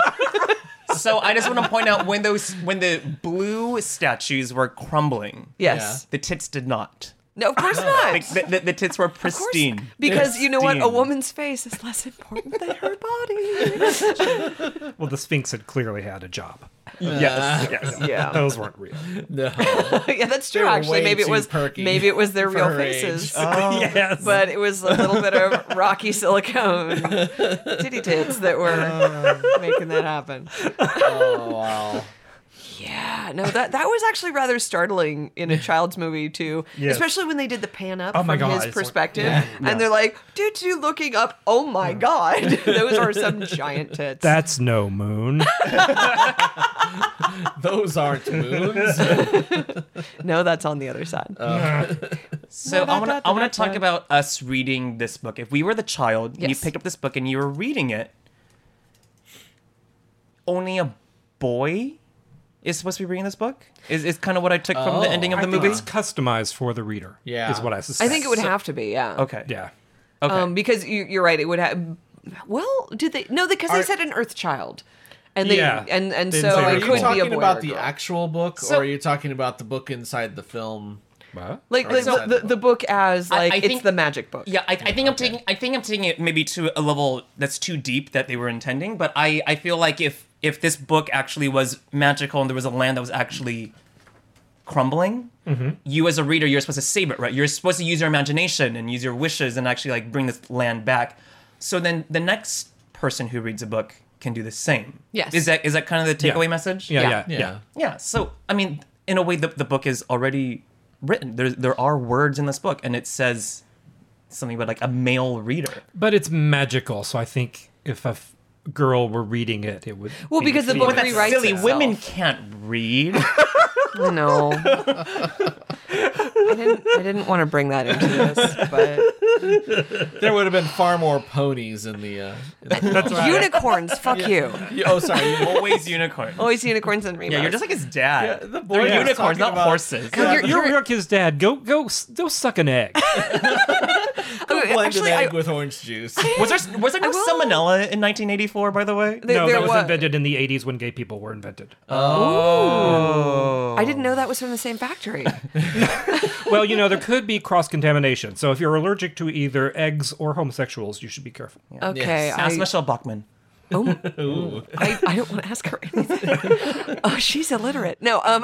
[SPEAKER 3] So I just want to point out when those when the blue statues were crumbling,
[SPEAKER 4] yes.
[SPEAKER 3] the tits did not.
[SPEAKER 4] No, of course not.
[SPEAKER 3] Like the, the, the tits were
[SPEAKER 4] Of course-
[SPEAKER 3] pristine.
[SPEAKER 4] Because you know what? A
[SPEAKER 3] Pristine.
[SPEAKER 4] woman's face is less important than her body.
[SPEAKER 2] Well, the Sphinx had clearly had a job.
[SPEAKER 3] Yes, yes.
[SPEAKER 4] Uh, Yeah.
[SPEAKER 2] Those weren't real.
[SPEAKER 1] No.
[SPEAKER 4] yeah, that's true
[SPEAKER 1] They were
[SPEAKER 4] actually.
[SPEAKER 1] way
[SPEAKER 4] Maybe it
[SPEAKER 1] too
[SPEAKER 4] was
[SPEAKER 1] perky
[SPEAKER 4] maybe it was their
[SPEAKER 1] for
[SPEAKER 4] real
[SPEAKER 1] her age.
[SPEAKER 4] faces.
[SPEAKER 2] yes.
[SPEAKER 4] Oh. but it was a little bit of rocky silicone titty tits that were making that happen.
[SPEAKER 1] Oh wow.
[SPEAKER 4] Yeah, no, that that was actually rather startling in a child's movie too,
[SPEAKER 2] Yes.
[SPEAKER 4] especially when they did the pan up
[SPEAKER 2] Oh
[SPEAKER 4] from
[SPEAKER 2] my God,
[SPEAKER 4] his
[SPEAKER 2] it's like-
[SPEAKER 4] perspective, and they're like, "Dude, you looking up? Oh my god, those are some giant tits."
[SPEAKER 2] That's no
[SPEAKER 4] Uh,
[SPEAKER 2] moon.
[SPEAKER 1] Those aren't moons.
[SPEAKER 4] no, that's on the other side.
[SPEAKER 2] Oh.
[SPEAKER 3] So I want to I want to talk about us reading this book. If we were the child and you
[SPEAKER 4] Yes.
[SPEAKER 3] picked up this book and you were reading it, only a boy is supposed to be reading this book. Is is kind of what I took from the
[SPEAKER 1] Oh.
[SPEAKER 3] ending of
[SPEAKER 2] I
[SPEAKER 3] the
[SPEAKER 2] think
[SPEAKER 3] movie.
[SPEAKER 2] it's customized for the reader.
[SPEAKER 1] Yeah.
[SPEAKER 2] Is what I suspect.
[SPEAKER 4] I think it would have to be, yeah.
[SPEAKER 3] Okay.
[SPEAKER 2] Yeah.
[SPEAKER 3] Okay.
[SPEAKER 4] Um, because you, you're right, it would have. Well, did they? No, because they
[SPEAKER 1] Are-
[SPEAKER 4] said an Earth child, and they
[SPEAKER 2] Yeah.
[SPEAKER 4] and and
[SPEAKER 2] They
[SPEAKER 4] so
[SPEAKER 2] didn't say
[SPEAKER 1] Are
[SPEAKER 2] Earth
[SPEAKER 4] it
[SPEAKER 1] you
[SPEAKER 4] could be a
[SPEAKER 1] talking
[SPEAKER 4] boy or
[SPEAKER 1] about
[SPEAKER 4] a
[SPEAKER 1] the
[SPEAKER 4] girl.
[SPEAKER 1] actual book,
[SPEAKER 3] So-
[SPEAKER 1] or are you talking about the book inside the film?
[SPEAKER 2] What?
[SPEAKER 4] like
[SPEAKER 1] Or
[SPEAKER 4] like
[SPEAKER 1] inside
[SPEAKER 4] the,
[SPEAKER 1] the
[SPEAKER 4] the, the book as like
[SPEAKER 3] I
[SPEAKER 4] it's
[SPEAKER 3] think-
[SPEAKER 4] the magic book.
[SPEAKER 3] Yeah, I, I think I'm taking I think I'm taking it maybe to a level that's too deep that they were intending. But I, I feel like if if this book actually was magical and there was a land that was actually crumbling,
[SPEAKER 2] Mm-hmm.
[SPEAKER 3] you as a reader you're supposed to save it, right? You're supposed to use your imagination and use your wishes and actually like bring this land back. So then the next person who reads a book can do the same.
[SPEAKER 4] Yes.
[SPEAKER 3] Is that is that kind of the takeaway message?
[SPEAKER 2] Yeah. Yeah.
[SPEAKER 4] Yeah.
[SPEAKER 2] Yeah.
[SPEAKER 3] Yeah. So I mean, in a way, the, the book is already written. There there are words in this book, and it says something about like a male reader.
[SPEAKER 2] But it's magical, so I think if a f- girl were reading it, it would.
[SPEAKER 4] Well,
[SPEAKER 2] be
[SPEAKER 4] because the book
[SPEAKER 2] feeling-
[SPEAKER 4] But that's rewrites
[SPEAKER 3] silly.
[SPEAKER 4] itself.
[SPEAKER 3] Women can't read.
[SPEAKER 4] No. I didn't I didn't want to bring that into this, but
[SPEAKER 1] There would have been far more ponies in the. Uh, in the film.
[SPEAKER 4] unicorns, fuck you.
[SPEAKER 1] You- Oh, sorry. you-
[SPEAKER 3] Always unicorn.
[SPEAKER 4] Always unicorns and rainbows.
[SPEAKER 3] yeah, you're just like his dad.
[SPEAKER 1] Yeah, the boy
[SPEAKER 3] They're
[SPEAKER 1] was
[SPEAKER 3] unicorns,
[SPEAKER 1] talking
[SPEAKER 3] not
[SPEAKER 1] about-
[SPEAKER 3] horses.
[SPEAKER 4] God,
[SPEAKER 2] Yeah,
[SPEAKER 4] you're-
[SPEAKER 2] you're,
[SPEAKER 4] you're-
[SPEAKER 2] you're his dad. Go, go, s- go suck an egg.
[SPEAKER 4] Okay,
[SPEAKER 1] Blended
[SPEAKER 4] actually, I,
[SPEAKER 1] egg with orange juice.
[SPEAKER 3] Was there was there no
[SPEAKER 4] I will-
[SPEAKER 3] salmonella in 1984? By the way,
[SPEAKER 4] there,
[SPEAKER 2] no,
[SPEAKER 4] there
[SPEAKER 2] that was,
[SPEAKER 4] was-
[SPEAKER 2] invented in the 80s when gay people were invented. Uh,
[SPEAKER 4] I didn't know that was from the same factory.
[SPEAKER 2] well, you know, there could be cross contamination. So if you're allergic to either eggs or homosexuals, you should be careful.
[SPEAKER 4] Okay,
[SPEAKER 1] Yes.
[SPEAKER 3] ask
[SPEAKER 4] I,
[SPEAKER 3] Michelle Bachman.
[SPEAKER 4] I, I don't want to ask her anything. oh, she's illiterate. No, um,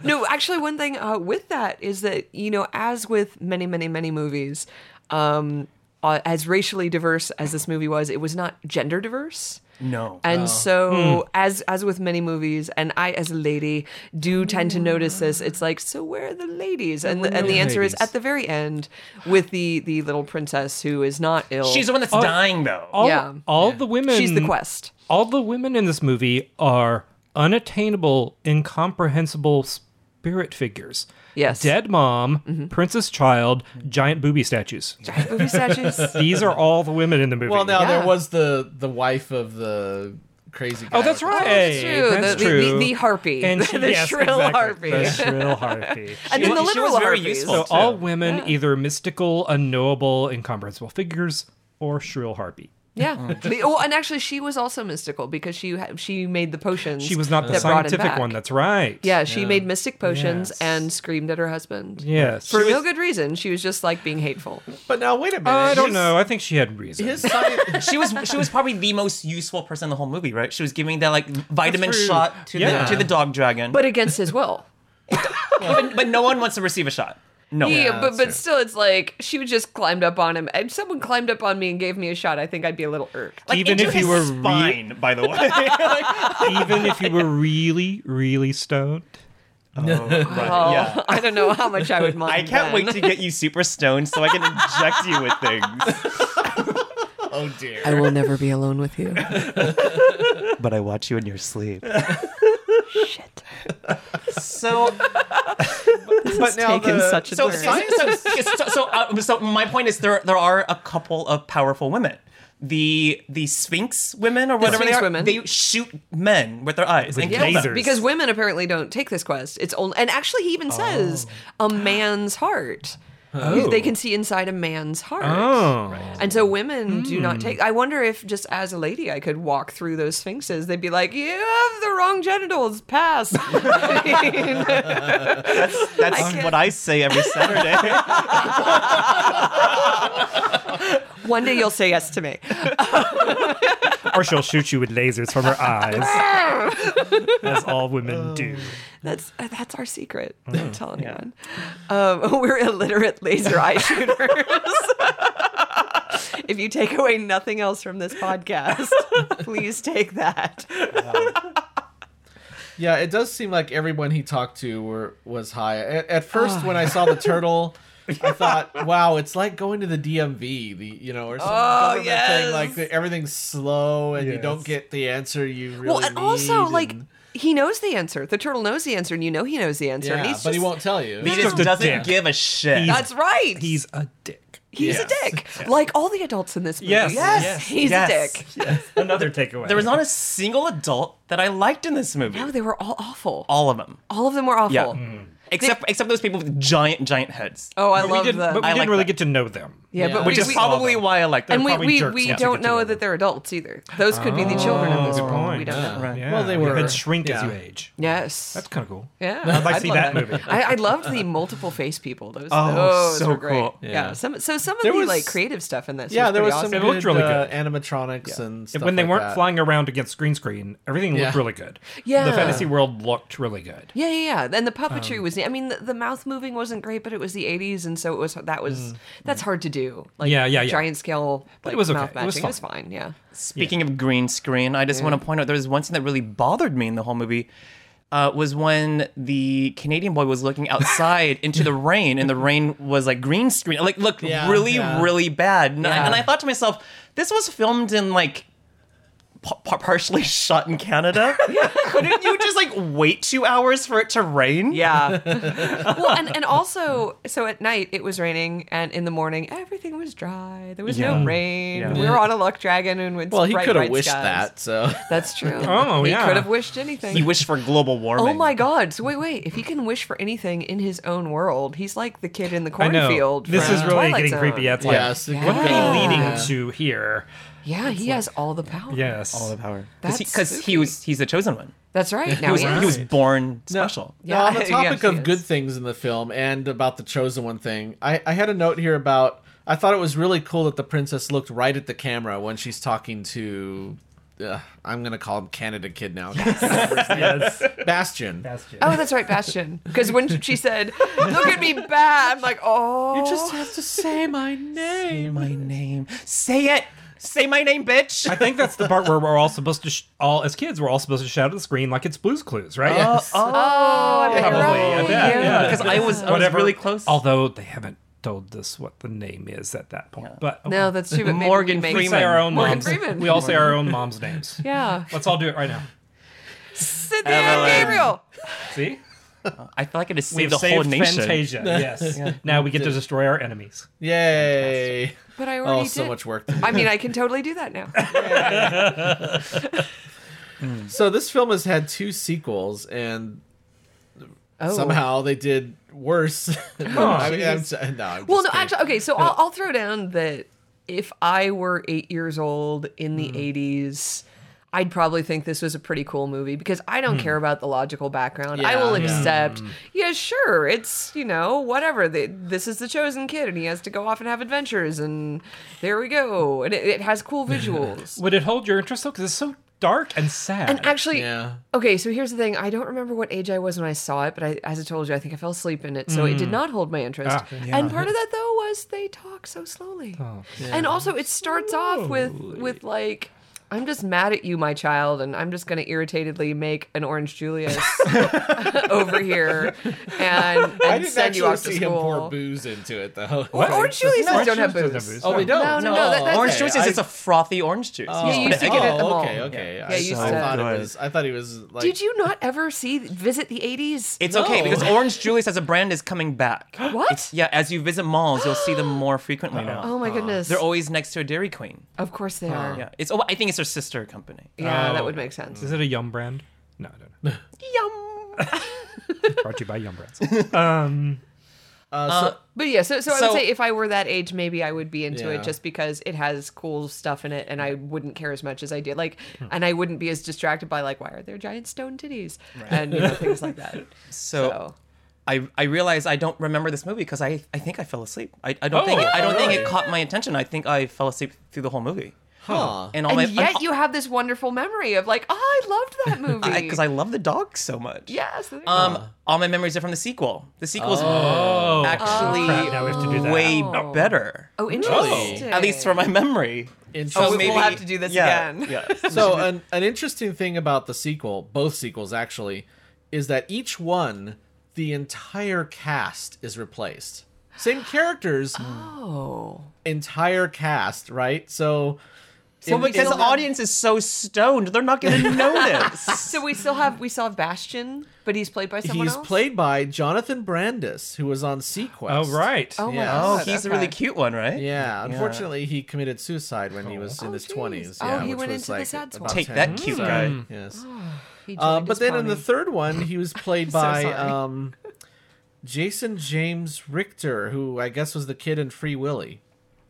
[SPEAKER 4] no. Actually, one thing uh, with that is that you know, as with many, many, many movies, um, uh, as racially diverse as this movie was, it was not gender diverse.
[SPEAKER 3] No.
[SPEAKER 4] And so, as as with many movies, and I as a lady do tend to notice this. It's like, so where are the ladies? And the, and the answer is
[SPEAKER 1] ladies?
[SPEAKER 4] at the very end with the the little princess who is not ill.
[SPEAKER 3] She's the one that's dying though.
[SPEAKER 2] All,
[SPEAKER 4] Yeah.
[SPEAKER 2] all the women.
[SPEAKER 4] she's the quest.
[SPEAKER 2] All the women in this movie are unattainable, incomprehensible spirit figures.
[SPEAKER 4] Yes. Mm-hmm.
[SPEAKER 2] Dead mom, princess child, giant booby statues.
[SPEAKER 4] Giant booby statues.
[SPEAKER 2] These are all the women in the movie.
[SPEAKER 1] Well, now
[SPEAKER 4] Yeah.
[SPEAKER 1] there was the the wife of the crazy guy.
[SPEAKER 2] Oh, that's
[SPEAKER 1] with the-
[SPEAKER 2] right.
[SPEAKER 4] that's true.
[SPEAKER 2] That's
[SPEAKER 4] The- the-
[SPEAKER 2] true.
[SPEAKER 4] the harpy. The shrill harpy.
[SPEAKER 2] The shrill harpy.
[SPEAKER 4] and then
[SPEAKER 3] wa-
[SPEAKER 4] the
[SPEAKER 3] she was
[SPEAKER 4] literal
[SPEAKER 3] very
[SPEAKER 4] harpies.
[SPEAKER 3] useful.
[SPEAKER 2] So all women, either mystical, unknowable, incomprehensible figures, or shrill harpy.
[SPEAKER 4] Yeah.
[SPEAKER 2] uh-huh.
[SPEAKER 4] The- oh, and actually, she was also mystical because she ha- she made the potions.
[SPEAKER 2] She was not the
[SPEAKER 4] that brought him
[SPEAKER 2] scientific
[SPEAKER 4] back.
[SPEAKER 2] one. That's right.
[SPEAKER 4] yeah, she made mystic potions
[SPEAKER 2] Yes.
[SPEAKER 4] and screamed at her husband.
[SPEAKER 2] Yes.
[SPEAKER 4] For no good reason. She was just like being hateful.
[SPEAKER 1] But now wait a minute.
[SPEAKER 2] I don't
[SPEAKER 1] His-
[SPEAKER 2] know. I think she had reason.
[SPEAKER 1] His science.
[SPEAKER 3] she was she was probably the most useful person in the whole movie, right? She was giving that like vitamin
[SPEAKER 2] true.
[SPEAKER 3] shot to
[SPEAKER 2] Yeah.
[SPEAKER 3] the to the dog dragon.
[SPEAKER 4] But against his will.
[SPEAKER 3] but, but no one wants to receive a shot. No.
[SPEAKER 4] Yeah, but
[SPEAKER 3] one.
[SPEAKER 1] that's
[SPEAKER 4] but
[SPEAKER 1] true.
[SPEAKER 4] still, it's like she would just climbed up on him. If someone climbed up on me and gave me a shot, I think I'd be a little irked.
[SPEAKER 3] Like,
[SPEAKER 2] Even
[SPEAKER 3] into
[SPEAKER 2] if you
[SPEAKER 3] his
[SPEAKER 2] were re-
[SPEAKER 3] spine, by the way. Like,
[SPEAKER 2] Even if you were really, really stoned.
[SPEAKER 4] Oh,
[SPEAKER 3] Uh, yeah.
[SPEAKER 4] I don't know how much I would mind.
[SPEAKER 3] I can't wait
[SPEAKER 4] then.
[SPEAKER 3] to get you super stoned so I can inject you with things.
[SPEAKER 1] Oh dear.
[SPEAKER 4] I will never be alone with you.
[SPEAKER 3] But I watch you in your sleep.
[SPEAKER 4] Shit.
[SPEAKER 3] So
[SPEAKER 1] But now
[SPEAKER 4] taken
[SPEAKER 1] the-
[SPEAKER 4] such a
[SPEAKER 3] so,
[SPEAKER 4] turn.
[SPEAKER 3] so, so, so, so, uh, so my point is there there are a couple of powerful women. The the Sphinx women or whatever
[SPEAKER 4] Sphinx
[SPEAKER 3] they are,
[SPEAKER 4] women.
[SPEAKER 3] they shoot men with their eyes and
[SPEAKER 2] With
[SPEAKER 3] kill them.
[SPEAKER 2] lasers.
[SPEAKER 4] Because women apparently don't take this quest. It's only, and actually he
[SPEAKER 2] Oh.
[SPEAKER 4] even says a man's heart. You- They can see inside a man's heart.
[SPEAKER 2] Oh. Hmm.
[SPEAKER 4] And so women do not take. I wonder if just as a lady, I could walk through those sphinxes. They'd be like, "You have the wrong genitals. Pass." I mean,
[SPEAKER 3] That's that's
[SPEAKER 4] can't-
[SPEAKER 3] what I say every Saturday.
[SPEAKER 4] one day you'll say yes to me.
[SPEAKER 2] Or she'll shoot you with lasers from her eyes. as all women do.
[SPEAKER 4] That's uh, that's our secret.
[SPEAKER 2] Hmm.
[SPEAKER 4] Don't tell anyone. Um, we're illiterate laser eye shooters. if you take away nothing else from this podcast, please take that.
[SPEAKER 1] Yeah, it does seem like everyone he talked to were was high. At, at first, when I saw the turtle, I thought, "Wow, it's like going to the DMV, the you know, or some government
[SPEAKER 4] yes.
[SPEAKER 1] thing like that everything's slow and you don't
[SPEAKER 2] Yes.
[SPEAKER 1] get the answer you really
[SPEAKER 4] well, and also
[SPEAKER 1] need,
[SPEAKER 4] like
[SPEAKER 1] and-
[SPEAKER 4] he knows the answer. The turtle knows the answer, and you know he knows the answer.
[SPEAKER 1] yeah,
[SPEAKER 4] and
[SPEAKER 1] but
[SPEAKER 4] he's
[SPEAKER 1] he
[SPEAKER 4] just-
[SPEAKER 1] won't tell you.
[SPEAKER 3] He just
[SPEAKER 2] just a
[SPEAKER 3] doesn't
[SPEAKER 2] dick.
[SPEAKER 3] give a shit.
[SPEAKER 2] He's-
[SPEAKER 4] That's right.
[SPEAKER 2] He's a dick.
[SPEAKER 4] he's
[SPEAKER 1] Yes.
[SPEAKER 4] a dick, like all the adults in this movie.
[SPEAKER 2] Yes.
[SPEAKER 4] yes,
[SPEAKER 2] Yes.
[SPEAKER 4] he's
[SPEAKER 3] Yes.
[SPEAKER 4] a dick.
[SPEAKER 2] Another takeaway.
[SPEAKER 3] there was not a single adult that I liked in this movie.
[SPEAKER 4] No, Oh, they were all awful. All,
[SPEAKER 3] All of them.
[SPEAKER 4] of them were awful.
[SPEAKER 3] Yeah. Except except those people with giant giant heads.
[SPEAKER 4] Oh, I
[SPEAKER 2] But we
[SPEAKER 4] love
[SPEAKER 2] didn't,
[SPEAKER 4] them.
[SPEAKER 2] but we
[SPEAKER 3] I
[SPEAKER 2] didn't
[SPEAKER 3] like
[SPEAKER 2] really
[SPEAKER 3] that.
[SPEAKER 2] get to know them.
[SPEAKER 4] yeah, but
[SPEAKER 1] Yeah.
[SPEAKER 4] we,
[SPEAKER 3] Which is
[SPEAKER 4] we-
[SPEAKER 3] probably why I like them.
[SPEAKER 4] and we
[SPEAKER 2] probably
[SPEAKER 4] we,
[SPEAKER 2] jerks
[SPEAKER 4] we
[SPEAKER 2] once you
[SPEAKER 4] don't
[SPEAKER 2] get to
[SPEAKER 4] know
[SPEAKER 2] know
[SPEAKER 4] that
[SPEAKER 2] them.
[SPEAKER 4] they're adults either. Those could be the children of this
[SPEAKER 2] Oh, good
[SPEAKER 4] world. We
[SPEAKER 2] point.
[SPEAKER 4] don't know.
[SPEAKER 3] Right.
[SPEAKER 1] Well, they
[SPEAKER 2] And
[SPEAKER 1] were.
[SPEAKER 2] then shrink as you
[SPEAKER 1] yeah.
[SPEAKER 2] age.
[SPEAKER 4] Yes.
[SPEAKER 2] That's kind of cool.
[SPEAKER 4] yeah,
[SPEAKER 2] I'd like to see
[SPEAKER 4] love
[SPEAKER 2] that movie.
[SPEAKER 4] I, I loved the multiple face people. Those,
[SPEAKER 3] Oh,
[SPEAKER 4] those
[SPEAKER 3] so
[SPEAKER 4] were great.
[SPEAKER 3] cool.
[SPEAKER 4] Yeah.
[SPEAKER 1] Yeah.
[SPEAKER 4] Some, so some of
[SPEAKER 1] There
[SPEAKER 4] the
[SPEAKER 1] was-
[SPEAKER 4] like creative stuff in this.
[SPEAKER 1] Yeah, there
[SPEAKER 4] pretty
[SPEAKER 1] was
[SPEAKER 4] awesome.
[SPEAKER 1] some
[SPEAKER 2] It looked
[SPEAKER 1] good,
[SPEAKER 2] really
[SPEAKER 1] uh,
[SPEAKER 2] good.
[SPEAKER 1] animatronics and stuff
[SPEAKER 2] when they
[SPEAKER 1] like
[SPEAKER 2] weren't
[SPEAKER 1] that.
[SPEAKER 2] flying around against green screen, everything
[SPEAKER 1] Yeah.
[SPEAKER 2] looked really good.
[SPEAKER 4] Yeah.
[SPEAKER 2] The fantasy world looked really good.
[SPEAKER 4] Yeah, yeah, yeah. And the puppetry
[SPEAKER 2] Um,
[SPEAKER 4] was. I mean, the, the mouth moving wasn't great, but it was the '80s, and so it was. That was that's hard to do. Like,
[SPEAKER 2] Mm, Yeah, yeah, yeah.
[SPEAKER 4] Giant scale. Like,
[SPEAKER 2] it was okay.
[SPEAKER 4] mouth
[SPEAKER 2] It was
[SPEAKER 4] matching. fine. Yeah.
[SPEAKER 3] Speaking of green screen, I just
[SPEAKER 4] Mm.
[SPEAKER 3] want to point out there was one scene that really bothered me in the whole movie. Uh, was when the Canadian boy was looking outside into the rain, and the rain was like green screen, like looked
[SPEAKER 1] Yeah,
[SPEAKER 3] really,
[SPEAKER 1] yeah.
[SPEAKER 3] really bad. And, I,
[SPEAKER 4] Yeah.
[SPEAKER 3] and I thought to myself, this was filmed in like p- p- partially shot in Canada. Couldn't you just like wait two hours for it to rain?
[SPEAKER 4] Yeah. well, and, and also, so at night it was raining, and in the morning everything was dry. There was no
[SPEAKER 2] Mm.
[SPEAKER 3] Yeah.
[SPEAKER 4] rain.
[SPEAKER 3] Yeah.
[SPEAKER 4] We were on a luck dragon, and it's
[SPEAKER 1] Well, he
[SPEAKER 4] bright,
[SPEAKER 1] could have
[SPEAKER 4] bright
[SPEAKER 1] wished
[SPEAKER 4] skies.
[SPEAKER 1] that. So
[SPEAKER 4] That's true.
[SPEAKER 2] Oh,
[SPEAKER 4] he
[SPEAKER 2] yeah.
[SPEAKER 4] could have wished anything.
[SPEAKER 3] He wished for global warming.
[SPEAKER 4] Oh my God! So wait, wait. If he can wish for anything in his own world, he's like the kid in the
[SPEAKER 2] I know.
[SPEAKER 4] cornfield.
[SPEAKER 2] This
[SPEAKER 4] from
[SPEAKER 2] is really
[SPEAKER 4] Twilight
[SPEAKER 2] getting
[SPEAKER 4] Zone.
[SPEAKER 2] creepy. That's like,
[SPEAKER 1] yes, it
[SPEAKER 2] what
[SPEAKER 1] could
[SPEAKER 2] are
[SPEAKER 1] be.
[SPEAKER 2] we leading
[SPEAKER 4] Yeah.
[SPEAKER 2] to here?
[SPEAKER 4] Yeah, he has all the power.
[SPEAKER 2] Yes.
[SPEAKER 3] All the power.
[SPEAKER 4] That's
[SPEAKER 3] Because he,
[SPEAKER 4] spooky.
[SPEAKER 3] was he's the chosen one.
[SPEAKER 4] that's right.
[SPEAKER 3] He
[SPEAKER 4] Now
[SPEAKER 3] was,
[SPEAKER 4] he
[SPEAKER 3] he
[SPEAKER 4] is.
[SPEAKER 3] was born
[SPEAKER 1] No,
[SPEAKER 3] special.
[SPEAKER 1] Now, on the
[SPEAKER 4] Yeah,
[SPEAKER 1] topic
[SPEAKER 4] yes,
[SPEAKER 1] of
[SPEAKER 4] yes.
[SPEAKER 1] good things in the film and about the chosen one thing, I, I had a note here about I thought it was really cool that the princess looked right at the camera when she's talking to. Uh, I'm gonna call him Canada Kid now.
[SPEAKER 2] yes.
[SPEAKER 1] Bastion.
[SPEAKER 4] Oh, that's right, Bastion. Because when she said, "Look at me, bad," I'm like, "Oh,
[SPEAKER 1] You just have to say my name.
[SPEAKER 3] Say my name. Say it. Say my name, bitch.
[SPEAKER 2] I think that's the part where we're all supposed to, sh- all as kids, we're all supposed to shout at the screen like it's Blue's Clues, right?
[SPEAKER 1] Yes.
[SPEAKER 4] oh, I bet you're
[SPEAKER 2] Probably, I
[SPEAKER 4] right,
[SPEAKER 2] bet,
[SPEAKER 4] yeah.
[SPEAKER 2] yeah.
[SPEAKER 3] Because I was, I was
[SPEAKER 2] Whatever.
[SPEAKER 3] really close.
[SPEAKER 2] Although they haven't told us what the name is at that point. But okay.
[SPEAKER 4] No, that's true. But maybe
[SPEAKER 3] Morgan
[SPEAKER 4] we make-
[SPEAKER 2] we
[SPEAKER 3] Freeman.
[SPEAKER 2] say our own
[SPEAKER 4] Morgan
[SPEAKER 2] moms.
[SPEAKER 4] Freeman.
[SPEAKER 2] We all say our own mom's names.
[SPEAKER 4] Yeah,
[SPEAKER 2] Let's all do it right now.
[SPEAKER 4] Cynthia
[SPEAKER 3] Evelyn.
[SPEAKER 4] Gabriel.
[SPEAKER 2] See?
[SPEAKER 3] I feel like I just
[SPEAKER 2] We've
[SPEAKER 3] saved the
[SPEAKER 2] saved
[SPEAKER 3] whole nation.
[SPEAKER 2] Fantasia. Yes. Now we get to destroy our enemies.
[SPEAKER 1] Yay!
[SPEAKER 4] But I already
[SPEAKER 1] Oh,
[SPEAKER 4] did.
[SPEAKER 1] so much work. To do.
[SPEAKER 4] I mean, I can totally do that now.
[SPEAKER 1] So this film has had two sequels, and
[SPEAKER 4] Oh.
[SPEAKER 1] somehow they did worse. I mean, I'm, s- no, I'm
[SPEAKER 4] Well,
[SPEAKER 1] just
[SPEAKER 4] no,
[SPEAKER 1] kidding.
[SPEAKER 4] actually, okay. So I'll, I'll throw down that if I were eight years old in
[SPEAKER 1] Mm.
[SPEAKER 4] the '80s, I'd probably think this was a pretty cool movie because I don't care about the logical background. I
[SPEAKER 1] Yeah,
[SPEAKER 4] will
[SPEAKER 1] Hmm. yeah. Hmm.
[SPEAKER 4] accept. Yeah, sure. It's you know whatever. The, this is the chosen kid, and he has to go off and have adventures, and there we go. And it, it has cool visuals.
[SPEAKER 2] Would it hold your interest though? Because it's so dark and sad.
[SPEAKER 4] and actually,
[SPEAKER 1] Yeah.
[SPEAKER 4] Okay, so here's the thing. I don't remember what age I was when I saw it, but I, as I told you, I think I fell asleep in it, so it
[SPEAKER 1] Mm.
[SPEAKER 4] did not hold my interest.
[SPEAKER 2] Ah,
[SPEAKER 4] And part of that though was they talk so slowly,
[SPEAKER 1] Oh,
[SPEAKER 4] and also it starts off with with like. I'm just mad at you, my child, and I'm just going to irritatedly make an orange Julius over here and, and
[SPEAKER 1] I didn't
[SPEAKER 4] send
[SPEAKER 1] actually
[SPEAKER 4] you off to
[SPEAKER 1] see him pour
[SPEAKER 4] school.
[SPEAKER 1] booze into it though.
[SPEAKER 4] What? Orange Julius
[SPEAKER 2] Orange
[SPEAKER 4] don't have
[SPEAKER 2] Julius
[SPEAKER 4] booze.
[SPEAKER 2] doesn't
[SPEAKER 1] Oh, they don't.
[SPEAKER 4] No, no, no, that- that's-
[SPEAKER 3] Orange
[SPEAKER 1] Okay,
[SPEAKER 3] juice is
[SPEAKER 1] I-
[SPEAKER 3] just a frothy orange juice.
[SPEAKER 1] Oh,
[SPEAKER 4] Yeah, you used to
[SPEAKER 1] okay.
[SPEAKER 4] get it at the
[SPEAKER 1] Oh,
[SPEAKER 4] mall.
[SPEAKER 1] Okay, okay.
[SPEAKER 4] Yeah,
[SPEAKER 1] I,
[SPEAKER 4] you used
[SPEAKER 1] I
[SPEAKER 4] to.
[SPEAKER 1] thought
[SPEAKER 3] Good.
[SPEAKER 1] it was. I thought he was like.
[SPEAKER 4] Did you not ever see visit the 80s?
[SPEAKER 3] It's
[SPEAKER 1] No.
[SPEAKER 3] okay because Orange Julius as a brand is coming back.
[SPEAKER 4] What?
[SPEAKER 3] It's- yeah, as you visit malls, you'll see them more frequently now.
[SPEAKER 4] oh my goodness.
[SPEAKER 3] Uh, They're always next to a Dairy Queen.
[SPEAKER 4] of course they are.
[SPEAKER 3] Yeah, it's. Oh, I think it's their sister company.
[SPEAKER 4] Yeah, that
[SPEAKER 2] Oh.
[SPEAKER 4] would make sense.
[SPEAKER 2] is it a Yum brand? No, I don't know.
[SPEAKER 3] Yum.
[SPEAKER 2] Brought to you by Yum Brands.
[SPEAKER 1] Uh, so,
[SPEAKER 4] But yeah, so, so, I
[SPEAKER 3] So-
[SPEAKER 4] would say if I were that age, maybe I would be into
[SPEAKER 1] Yeah.
[SPEAKER 4] it just because it has cool stuff in it, and I wouldn't care as much as I did. Like,
[SPEAKER 3] Hmm.
[SPEAKER 4] and I wouldn't be as distracted by like, why are there giant stone titties and you know, things like that.
[SPEAKER 3] So,
[SPEAKER 4] So.
[SPEAKER 3] I I realize I don't remember this movie because I, I think I fell asleep. I, I don't
[SPEAKER 2] Oh,
[SPEAKER 3] think it, I don't think it
[SPEAKER 2] really?
[SPEAKER 3] caught my attention. I think I fell asleep through the whole movie.
[SPEAKER 1] huh.
[SPEAKER 3] And all
[SPEAKER 4] And
[SPEAKER 3] my
[SPEAKER 4] yet you have this wonderful memory of like, oh, I loved that movie
[SPEAKER 3] because I, love the dog so much.
[SPEAKER 4] yes, there you go.
[SPEAKER 3] Um, all my memories are from the sequel. The sequel's
[SPEAKER 2] Oh,
[SPEAKER 3] actually
[SPEAKER 2] crap, now we have to do that.
[SPEAKER 3] way
[SPEAKER 4] Oh.
[SPEAKER 3] better.
[SPEAKER 4] oh, interesting.
[SPEAKER 3] At least for my memory.
[SPEAKER 1] Interesting.
[SPEAKER 4] So maybe- we'll have to do this
[SPEAKER 3] yeah,
[SPEAKER 4] again.
[SPEAKER 3] Yeah.
[SPEAKER 1] so an, an interesting thing about the sequel both sequels actually is that each one the entire cast is replaced same characters
[SPEAKER 4] Oh,
[SPEAKER 1] entire cast right so
[SPEAKER 3] Well,
[SPEAKER 1] in-
[SPEAKER 3] because
[SPEAKER 1] in-
[SPEAKER 3] the audience is so stoned, they're not going to notice.
[SPEAKER 4] so we still have we still have Bastion, but he's played by someone
[SPEAKER 1] he's
[SPEAKER 4] else.
[SPEAKER 1] played by jonathan brandis who was on
[SPEAKER 2] Oh,
[SPEAKER 1] sequest
[SPEAKER 2] right.
[SPEAKER 4] Oh my
[SPEAKER 1] Yeah.
[SPEAKER 3] oh,
[SPEAKER 4] god,
[SPEAKER 3] he's the
[SPEAKER 4] okay.
[SPEAKER 3] really cute one, right?
[SPEAKER 1] yeah, unfortunately, he committed suicide when he was in
[SPEAKER 4] Oh,
[SPEAKER 1] his
[SPEAKER 4] geez.
[SPEAKER 1] twenties.
[SPEAKER 4] Oh,
[SPEAKER 1] Yeah,
[SPEAKER 4] he
[SPEAKER 1] which
[SPEAKER 4] went
[SPEAKER 1] was
[SPEAKER 4] into the
[SPEAKER 1] like
[SPEAKER 4] sad Mm. Oh,
[SPEAKER 1] about
[SPEAKER 4] swap.
[SPEAKER 3] Take that,
[SPEAKER 1] 10.
[SPEAKER 3] cute guy.
[SPEAKER 1] Yes.
[SPEAKER 4] He
[SPEAKER 1] Uh,
[SPEAKER 4] joined
[SPEAKER 1] but
[SPEAKER 4] his
[SPEAKER 1] then in the
[SPEAKER 4] pony.
[SPEAKER 1] third one, he was played by
[SPEAKER 4] sorry.
[SPEAKER 1] um, Jason James Richter, who I guess was the kid in Free Willy.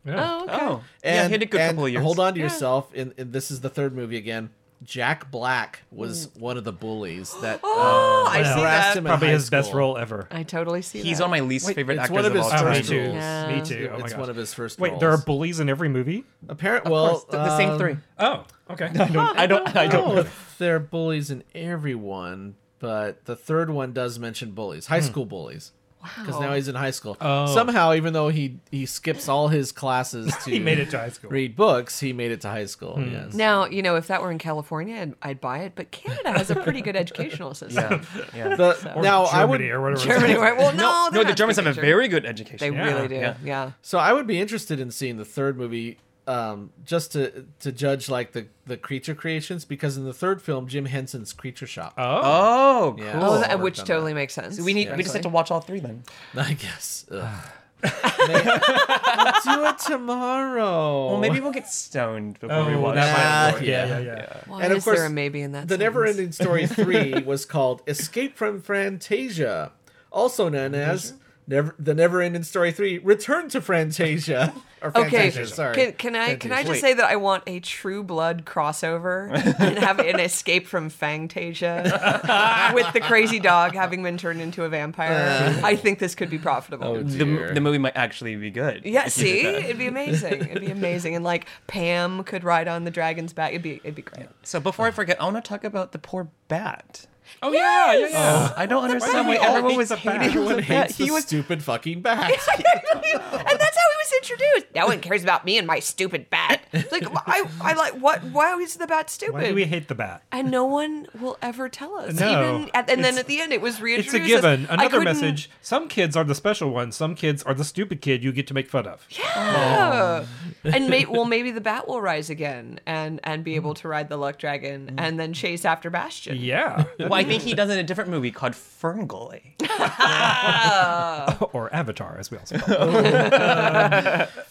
[SPEAKER 2] Yeah.
[SPEAKER 4] Oh, okay.
[SPEAKER 3] Oh, yeah, he had a good
[SPEAKER 1] and
[SPEAKER 3] couple of years.
[SPEAKER 1] Hold on to yourself. In, in this is the third movie again. Jack Black was one of the bullies that uh,
[SPEAKER 4] Oh, I
[SPEAKER 2] Well,
[SPEAKER 4] see
[SPEAKER 1] harassed
[SPEAKER 4] that.
[SPEAKER 1] him in
[SPEAKER 2] Probably
[SPEAKER 1] high
[SPEAKER 2] his best
[SPEAKER 1] school.
[SPEAKER 2] role ever.
[SPEAKER 4] I totally see
[SPEAKER 3] He's
[SPEAKER 4] that.
[SPEAKER 3] on my least favorite
[SPEAKER 1] it's
[SPEAKER 3] actors
[SPEAKER 1] one of his
[SPEAKER 3] all
[SPEAKER 1] first
[SPEAKER 2] Oh,
[SPEAKER 3] time.
[SPEAKER 2] me
[SPEAKER 1] roles.
[SPEAKER 2] too.
[SPEAKER 4] Yeah.
[SPEAKER 2] Me too. Oh my
[SPEAKER 1] It's
[SPEAKER 2] gosh.
[SPEAKER 1] one of his first.
[SPEAKER 2] Wait,
[SPEAKER 1] roles.
[SPEAKER 2] there are bullies in every movie?
[SPEAKER 1] apparent.
[SPEAKER 3] Of
[SPEAKER 1] Well,
[SPEAKER 3] course, the, the same
[SPEAKER 1] um,
[SPEAKER 3] three.
[SPEAKER 2] Oh, okay. I don't,
[SPEAKER 3] I don't. I don't.
[SPEAKER 1] know if they're bullies in everyone, but the third one does mention bullies, high school bullies. Because now
[SPEAKER 4] Wow.
[SPEAKER 1] he's in high school.
[SPEAKER 2] Hmm. Oh.
[SPEAKER 1] Somehow, even though he he skips all his classes to
[SPEAKER 2] he made it to high school. Hmm.
[SPEAKER 1] read books, he made it to high school. Yes.
[SPEAKER 4] Now, you know, if that were in California, I'd, I'd buy it, but Canada has a pretty good educational system.
[SPEAKER 3] Yeah.
[SPEAKER 1] The-
[SPEAKER 2] Or
[SPEAKER 1] now I
[SPEAKER 2] Germany
[SPEAKER 1] would
[SPEAKER 2] or whatever.
[SPEAKER 4] Germany, right? Well, no,
[SPEAKER 3] No,
[SPEAKER 4] they're
[SPEAKER 3] the
[SPEAKER 4] not
[SPEAKER 3] Germans have a
[SPEAKER 4] speaking German.
[SPEAKER 3] very good
[SPEAKER 4] They
[SPEAKER 3] education.
[SPEAKER 2] Yeah,
[SPEAKER 4] really do. Yeah.
[SPEAKER 1] so I would be interested in seeing the third movie. um, just to to judge like the the creature creations because in the third film Jim Henson's Creature Shop.
[SPEAKER 2] Oh,
[SPEAKER 3] Oh,
[SPEAKER 1] Yeah.
[SPEAKER 3] cool.
[SPEAKER 1] Oh,
[SPEAKER 4] Oh, that-
[SPEAKER 1] worked
[SPEAKER 4] which
[SPEAKER 1] on
[SPEAKER 4] totally
[SPEAKER 1] that.
[SPEAKER 4] makes sense.
[SPEAKER 3] we need. We just have to watch all three then.
[SPEAKER 1] I guess. Ugh. Man, we'll do it tomorrow.
[SPEAKER 3] Well, maybe we'll get stoned before
[SPEAKER 2] Oh,
[SPEAKER 3] we watch.
[SPEAKER 1] that might
[SPEAKER 3] it.
[SPEAKER 1] Ah, work.
[SPEAKER 2] yeah,
[SPEAKER 1] yeah.
[SPEAKER 2] yeah, yeah.
[SPEAKER 4] Why
[SPEAKER 1] And of
[SPEAKER 4] is there
[SPEAKER 1] course,
[SPEAKER 4] a maybe in that?
[SPEAKER 1] The
[SPEAKER 4] sentence?
[SPEAKER 1] Never Ending Story 3 was called Escape from Fantasia, also known as Never The Never Ending Story 3 Return to Fantasia. Or
[SPEAKER 4] Okay,
[SPEAKER 1] Fantasia, sorry.
[SPEAKER 4] Can, can I can I just
[SPEAKER 3] Wait.
[SPEAKER 4] say that I want a True Blood crossover and have an escape from Fangtasia with the crazy dog having been turned into a vampire? I think this could be profitable.
[SPEAKER 1] oh,
[SPEAKER 3] The,
[SPEAKER 1] dear.
[SPEAKER 3] m- the movie might actually be good.
[SPEAKER 4] yeah,
[SPEAKER 3] if you did
[SPEAKER 4] see,
[SPEAKER 3] that.
[SPEAKER 4] it'd be amazing. It'd be amazing, and like Pam could ride on the dragon's back. It'd be it'd be great.
[SPEAKER 3] So before I forget, I want to talk about the poor bat.
[SPEAKER 2] Oh yeah, yeah, yeah.
[SPEAKER 3] I don't
[SPEAKER 2] do
[SPEAKER 3] understand why
[SPEAKER 2] we all
[SPEAKER 3] everyone
[SPEAKER 2] hate
[SPEAKER 3] was
[SPEAKER 2] the bat?
[SPEAKER 3] hating
[SPEAKER 1] Everyone
[SPEAKER 3] the bat.
[SPEAKER 1] hates the
[SPEAKER 3] He was
[SPEAKER 1] stupid fucking bat.
[SPEAKER 4] and that's how he was introduced. No one cares about me and my stupid bat. Like I, I like what? Why is the bat stupid?
[SPEAKER 2] Why do we hate the bat?
[SPEAKER 4] and no one will ever tell us.
[SPEAKER 2] No.
[SPEAKER 4] Even at, and then
[SPEAKER 2] It's-
[SPEAKER 4] at the end, it was
[SPEAKER 2] It's
[SPEAKER 4] reintroduced.
[SPEAKER 2] a
[SPEAKER 4] as,
[SPEAKER 2] given.
[SPEAKER 4] "I
[SPEAKER 2] Another
[SPEAKER 4] couldn't-
[SPEAKER 2] message. Some kids are the special ones. Some kids are the stupid kid you get to make fun of. Oh.
[SPEAKER 4] Yeah. and may, well, maybe the bat will rise again and and be able to ride the luck dragon
[SPEAKER 2] Mm.
[SPEAKER 4] and then chase after Bastion.
[SPEAKER 2] Yeah.
[SPEAKER 3] Well, I think he does it in a different movie called Ferngully.
[SPEAKER 2] or Avatar, as we also call it.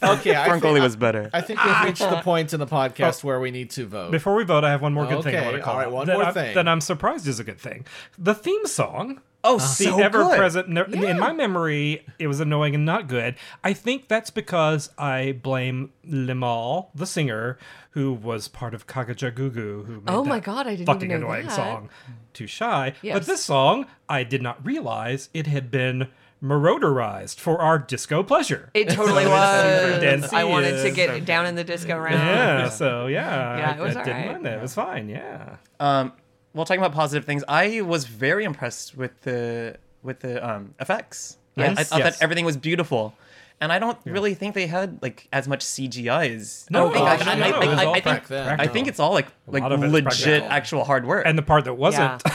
[SPEAKER 1] okay, I think,
[SPEAKER 3] was better.
[SPEAKER 1] I think we've reached the point in the podcast where we need to vote.
[SPEAKER 2] Before we vote, I have one more good thing I
[SPEAKER 1] Okay,
[SPEAKER 2] want to call
[SPEAKER 1] all right,
[SPEAKER 2] out
[SPEAKER 1] one
[SPEAKER 2] that
[SPEAKER 1] more
[SPEAKER 2] I'm-
[SPEAKER 1] thing.
[SPEAKER 2] That I'm surprised is a good thing. The theme song.
[SPEAKER 3] Oh,
[SPEAKER 2] the
[SPEAKER 3] so
[SPEAKER 2] ever
[SPEAKER 3] good.
[SPEAKER 2] present. ne- In my memory, it was annoying and not good. I think that's because I blame Limal, the singer, who was part of Kakajagugu, who made
[SPEAKER 4] Oh my
[SPEAKER 2] that
[SPEAKER 4] God, I didn't
[SPEAKER 2] fucking
[SPEAKER 4] even know
[SPEAKER 2] annoying
[SPEAKER 4] that.
[SPEAKER 2] song, Too Shy. But
[SPEAKER 4] Yes.
[SPEAKER 2] this song, I did not realize it had been marauderized for our disco pleasure.
[SPEAKER 4] It totally was.
[SPEAKER 2] dancey
[SPEAKER 4] I wanted to
[SPEAKER 2] is
[SPEAKER 4] get down in the disco round.
[SPEAKER 2] yeah, so yeah,
[SPEAKER 4] Yeah,
[SPEAKER 2] I-
[SPEAKER 4] it was
[SPEAKER 2] I, didn't
[SPEAKER 4] alright.
[SPEAKER 2] mind that. It was fine. Yeah,
[SPEAKER 3] Um, well, talking about positive things, I was very impressed with the with the um, effects.
[SPEAKER 2] Yes.
[SPEAKER 3] I, I thought
[SPEAKER 2] Yes.
[SPEAKER 3] that everything was beautiful, and I don't really think they had like as much CGI as.
[SPEAKER 2] No,
[SPEAKER 3] I think,
[SPEAKER 2] gosh,
[SPEAKER 3] I, I-
[SPEAKER 2] no,
[SPEAKER 3] I-
[SPEAKER 2] it was
[SPEAKER 3] I-
[SPEAKER 2] all
[SPEAKER 3] I think,
[SPEAKER 1] back then.
[SPEAKER 3] I think it's all like like
[SPEAKER 2] lot of it is
[SPEAKER 3] legit
[SPEAKER 2] practical.
[SPEAKER 3] actual hard work.
[SPEAKER 2] and the part that
[SPEAKER 4] Yeah,
[SPEAKER 2] wasn't,
[SPEAKER 4] a,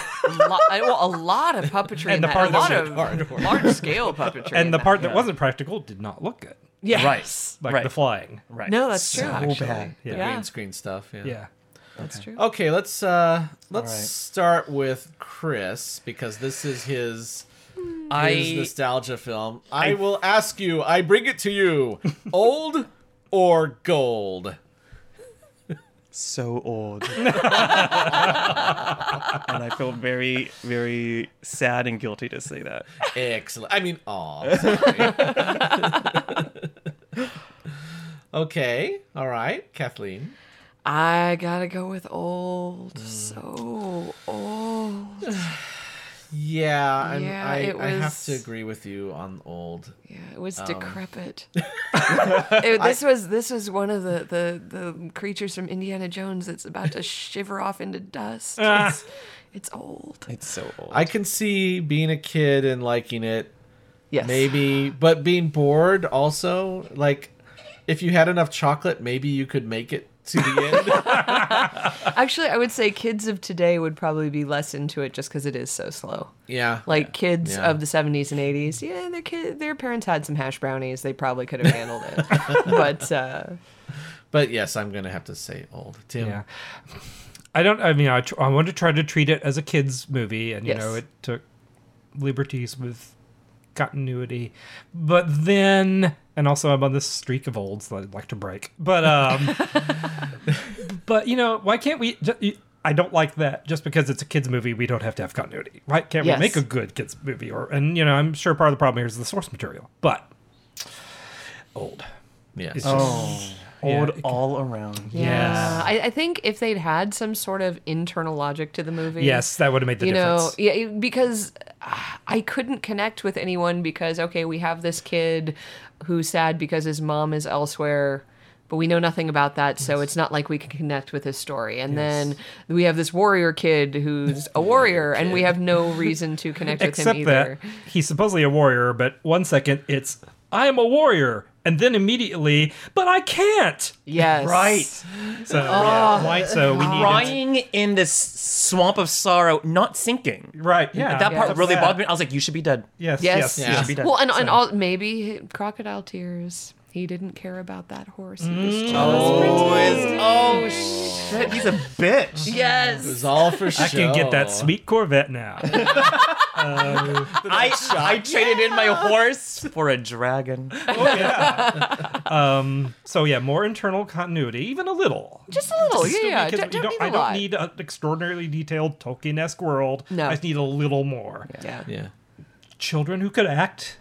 [SPEAKER 4] lot, well, a lot of puppetry
[SPEAKER 2] And
[SPEAKER 4] in
[SPEAKER 2] the
[SPEAKER 4] that,
[SPEAKER 2] part
[SPEAKER 4] a
[SPEAKER 2] that
[SPEAKER 4] lot
[SPEAKER 2] was
[SPEAKER 4] of large scale puppetry, in
[SPEAKER 2] and the
[SPEAKER 4] that.
[SPEAKER 2] part that wasn't practical did not look good,
[SPEAKER 4] yes.
[SPEAKER 2] like
[SPEAKER 3] Right.
[SPEAKER 2] the flying.
[SPEAKER 3] right.
[SPEAKER 4] No, that's true. actually.
[SPEAKER 3] bad.
[SPEAKER 2] Yeah.
[SPEAKER 4] Yeah.
[SPEAKER 1] green screen stuff. Yeah.
[SPEAKER 2] Yeah,
[SPEAKER 4] that's true.
[SPEAKER 2] Oh.
[SPEAKER 1] Okay, let's uh let's
[SPEAKER 3] right.
[SPEAKER 1] start with Chris because this is his his
[SPEAKER 3] I
[SPEAKER 1] nostalgia film. I, will ask you. I bring it to you. Old or gold?
[SPEAKER 3] so old, and I feel very very sad and guilty to say that.
[SPEAKER 1] Excellent. I mean, aw. sorry. okay. All right, Kathleen.
[SPEAKER 4] I gotta go with old.
[SPEAKER 2] Mm.
[SPEAKER 4] So old.
[SPEAKER 1] Yeah, I'm,
[SPEAKER 4] Yeah,
[SPEAKER 1] I,
[SPEAKER 4] it
[SPEAKER 1] I have
[SPEAKER 4] was-
[SPEAKER 1] to agree with you on old.
[SPEAKER 4] Yeah, it was
[SPEAKER 2] Um.
[SPEAKER 4] decrepit. It- this was this was one of the, the the creatures from Indiana Jones that's about to shiver off into dust.
[SPEAKER 2] Ah.
[SPEAKER 4] It's, it's old.
[SPEAKER 3] It's so old.
[SPEAKER 1] I can see being a kid and liking it.
[SPEAKER 4] Yes.
[SPEAKER 1] Maybe, but being bored also, like if you had enough chocolate, maybe you could make it to the end.
[SPEAKER 4] Actually, I would say kids of today would probably be less into it just because it is so slow.
[SPEAKER 1] yeah.
[SPEAKER 4] Like kids
[SPEAKER 1] Yeah.
[SPEAKER 4] of the 70s and 80s, yeah, their kid, their parents had some hash brownies. They probably could have handled it. but uh,
[SPEAKER 1] But yes, I'm going to have to say old. Tim.
[SPEAKER 2] yeah. I don't. I mean, I, tr- I wanted to try to treat it as a kids movie, and you
[SPEAKER 4] Yes.
[SPEAKER 2] know, it took liberties with continuity, but then, and also I'm on this streak of olds that I'd like to break, but um. but you know why can't we ju- you- i don't like that just because it's a kids movie we don't have to have continuity why can't
[SPEAKER 4] Yes.
[SPEAKER 2] we make a good kids movie or and you know i'm sure part of the problem here is the source material but old
[SPEAKER 1] Yes.
[SPEAKER 2] It's
[SPEAKER 3] oh,
[SPEAKER 2] yeah,
[SPEAKER 3] old
[SPEAKER 2] it can-
[SPEAKER 3] all around.
[SPEAKER 4] yeah, I, I think if they'd had some sort of internal logic to the movie,
[SPEAKER 2] yes that would have made the
[SPEAKER 4] you know
[SPEAKER 2] difference
[SPEAKER 4] yeah it- because uh, i couldn't connect with anyone because okay we have this kid who's sad because his mom is elsewhere but we know nothing about that so it's not like we can connect with his story and then we have this warrior kid who's a warrior and we have no reason to connect with him
[SPEAKER 2] except
[SPEAKER 4] either
[SPEAKER 2] that he's supposedly a warrior but one second it's i am a warrior and then immediately but i can't
[SPEAKER 4] yes Oh.
[SPEAKER 3] Right.
[SPEAKER 2] so yeah, right so we need
[SPEAKER 3] Crying in this swamp of sorrow, not sinking.
[SPEAKER 2] right yeah
[SPEAKER 3] That part
[SPEAKER 2] That's
[SPEAKER 3] really
[SPEAKER 2] bad.
[SPEAKER 3] bothered me. I was like, you should be dead.
[SPEAKER 2] yes
[SPEAKER 4] Yes.
[SPEAKER 2] yes, yes.
[SPEAKER 1] Yeah.
[SPEAKER 3] Be done.
[SPEAKER 4] well and, and all, maybe crocodile tears He didn't care about that horse. He was jealous.
[SPEAKER 3] Oh, is, oh shit, he's a bitch.
[SPEAKER 1] It
[SPEAKER 4] Yes.
[SPEAKER 1] was all for show.
[SPEAKER 2] I can get that sweet Corvette now.
[SPEAKER 3] I I traded in my horse for a dragon.
[SPEAKER 4] Oh,
[SPEAKER 2] Um, so yeah, more internal continuity, even a little.
[SPEAKER 4] Just a little.
[SPEAKER 2] Just
[SPEAKER 4] Yeah, yeah.
[SPEAKER 2] because
[SPEAKER 4] Don't,
[SPEAKER 2] you
[SPEAKER 4] don't need a
[SPEAKER 2] I
[SPEAKER 4] lot.
[SPEAKER 2] don't need an extraordinarily detailed Tolkien-esque world.
[SPEAKER 4] No.
[SPEAKER 2] I just need a little more.
[SPEAKER 4] yeah. yeah.
[SPEAKER 1] Yeah.
[SPEAKER 2] Children who could act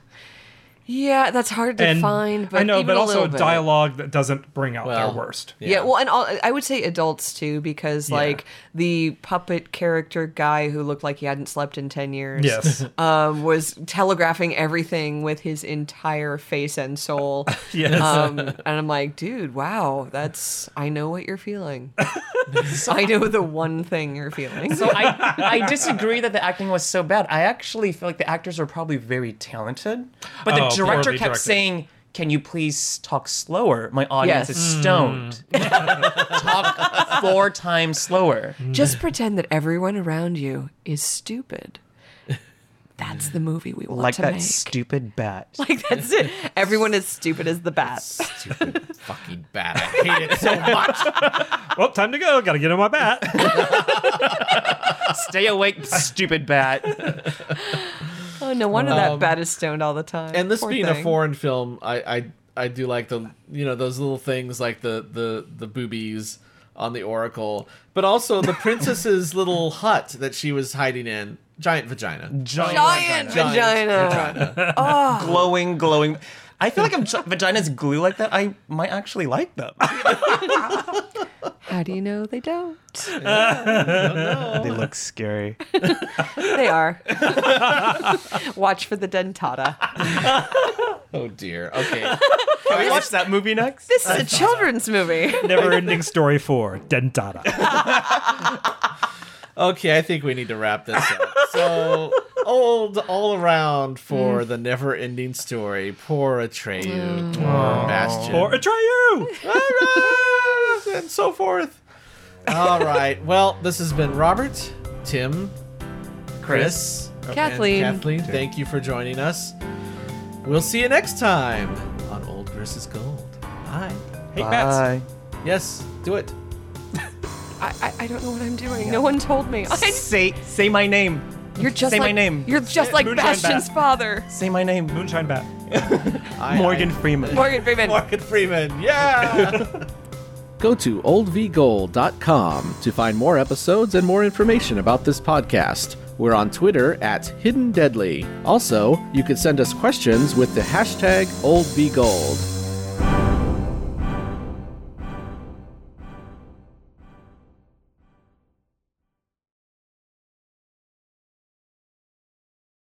[SPEAKER 4] that's hard to
[SPEAKER 2] and
[SPEAKER 4] find. But
[SPEAKER 2] I know,
[SPEAKER 4] even
[SPEAKER 2] but
[SPEAKER 4] a
[SPEAKER 2] also
[SPEAKER 4] little bit.
[SPEAKER 2] dialogue that doesn't bring out
[SPEAKER 1] Well,
[SPEAKER 2] their worst.
[SPEAKER 1] yeah.
[SPEAKER 4] Yeah. well, and all, I would say adults too, because like the puppet character guy who looked like he hadn't slept in ten years,
[SPEAKER 2] Yes.
[SPEAKER 4] um, was telegraphing everything with his entire face and soul.
[SPEAKER 2] yes.
[SPEAKER 4] Um, and I'm like, dude, wow, that's I know what you're feeling. I know the one thing you're feeling.
[SPEAKER 3] So I I disagree that the acting was so bad. I actually feel like the actors are probably very talented, but the
[SPEAKER 2] Oh,
[SPEAKER 3] director
[SPEAKER 2] poorly
[SPEAKER 3] kept
[SPEAKER 2] directed.
[SPEAKER 3] saying. Can you please talk slower? My audience
[SPEAKER 4] Yes.
[SPEAKER 3] is stoned.
[SPEAKER 2] Hmm.
[SPEAKER 3] talk four times slower.
[SPEAKER 4] Just pretend that everyone around you is stupid. That's the movie we want
[SPEAKER 3] Like
[SPEAKER 4] to
[SPEAKER 3] that
[SPEAKER 4] make.
[SPEAKER 3] stupid bat.
[SPEAKER 4] like that's it. Everyone is stupid as the bat.
[SPEAKER 1] Stupid fucking bat. I hate it so much.
[SPEAKER 2] well, time to go. Got to get on my bat.
[SPEAKER 3] Stay awake, stupid bat.
[SPEAKER 4] Oh, no wonder that
[SPEAKER 1] Um,
[SPEAKER 4] bat is stoned all the time.
[SPEAKER 1] and this
[SPEAKER 4] Poor
[SPEAKER 1] being a
[SPEAKER 4] thing.
[SPEAKER 1] foreign film, I, I I do like the you know those little things like the the the boobies on the oracle, but also the princess's little hut that she was hiding in, giant vagina,
[SPEAKER 3] Giant,
[SPEAKER 4] giant vagina.
[SPEAKER 3] glowing, glowing. I feel like if gi- vaginas glue like that, I might actually like them.
[SPEAKER 4] How do you know they don't?
[SPEAKER 3] they look scary.
[SPEAKER 4] They are. Watch for the dentata.
[SPEAKER 1] Oh dear. Okay.
[SPEAKER 3] Can we watch that movie next?
[SPEAKER 4] This is a children's movie.
[SPEAKER 2] Never-ending story four. Dentata.
[SPEAKER 1] Okay, I think we need to wrap this up. So old all around for
[SPEAKER 3] Mm.
[SPEAKER 1] the never ending story. Poor Atreyu, poor Bastion.
[SPEAKER 2] or Atreyu.
[SPEAKER 1] and so forth. All right. Well, this has been Robert, Tim, Chris,
[SPEAKER 4] Kathleen.
[SPEAKER 1] and Kathleen. Thank you for joining us. We'll see you next time on Old versus Gold. Bye.
[SPEAKER 2] Hey, bats.
[SPEAKER 1] Yes, do it.
[SPEAKER 4] I, I, I don't know what I'm doing. No one told me.
[SPEAKER 3] Say say my name.
[SPEAKER 4] You're just
[SPEAKER 3] Say my
[SPEAKER 4] like
[SPEAKER 3] name.
[SPEAKER 4] you're just like
[SPEAKER 2] Moonshine Bat.
[SPEAKER 4] Bastion's father,
[SPEAKER 3] Say my name.
[SPEAKER 2] Moonshine bat.
[SPEAKER 1] I-
[SPEAKER 3] Morgan
[SPEAKER 1] I-
[SPEAKER 3] Freeman.
[SPEAKER 4] Morgan Freeman.
[SPEAKER 1] Morgan Freeman. Yeah. Go to oldvgold.com to find more episodes and more information about this podcast. We're on Twitter at Hidden Deadly. Also, you can send us questions with the hashtag OldVGold.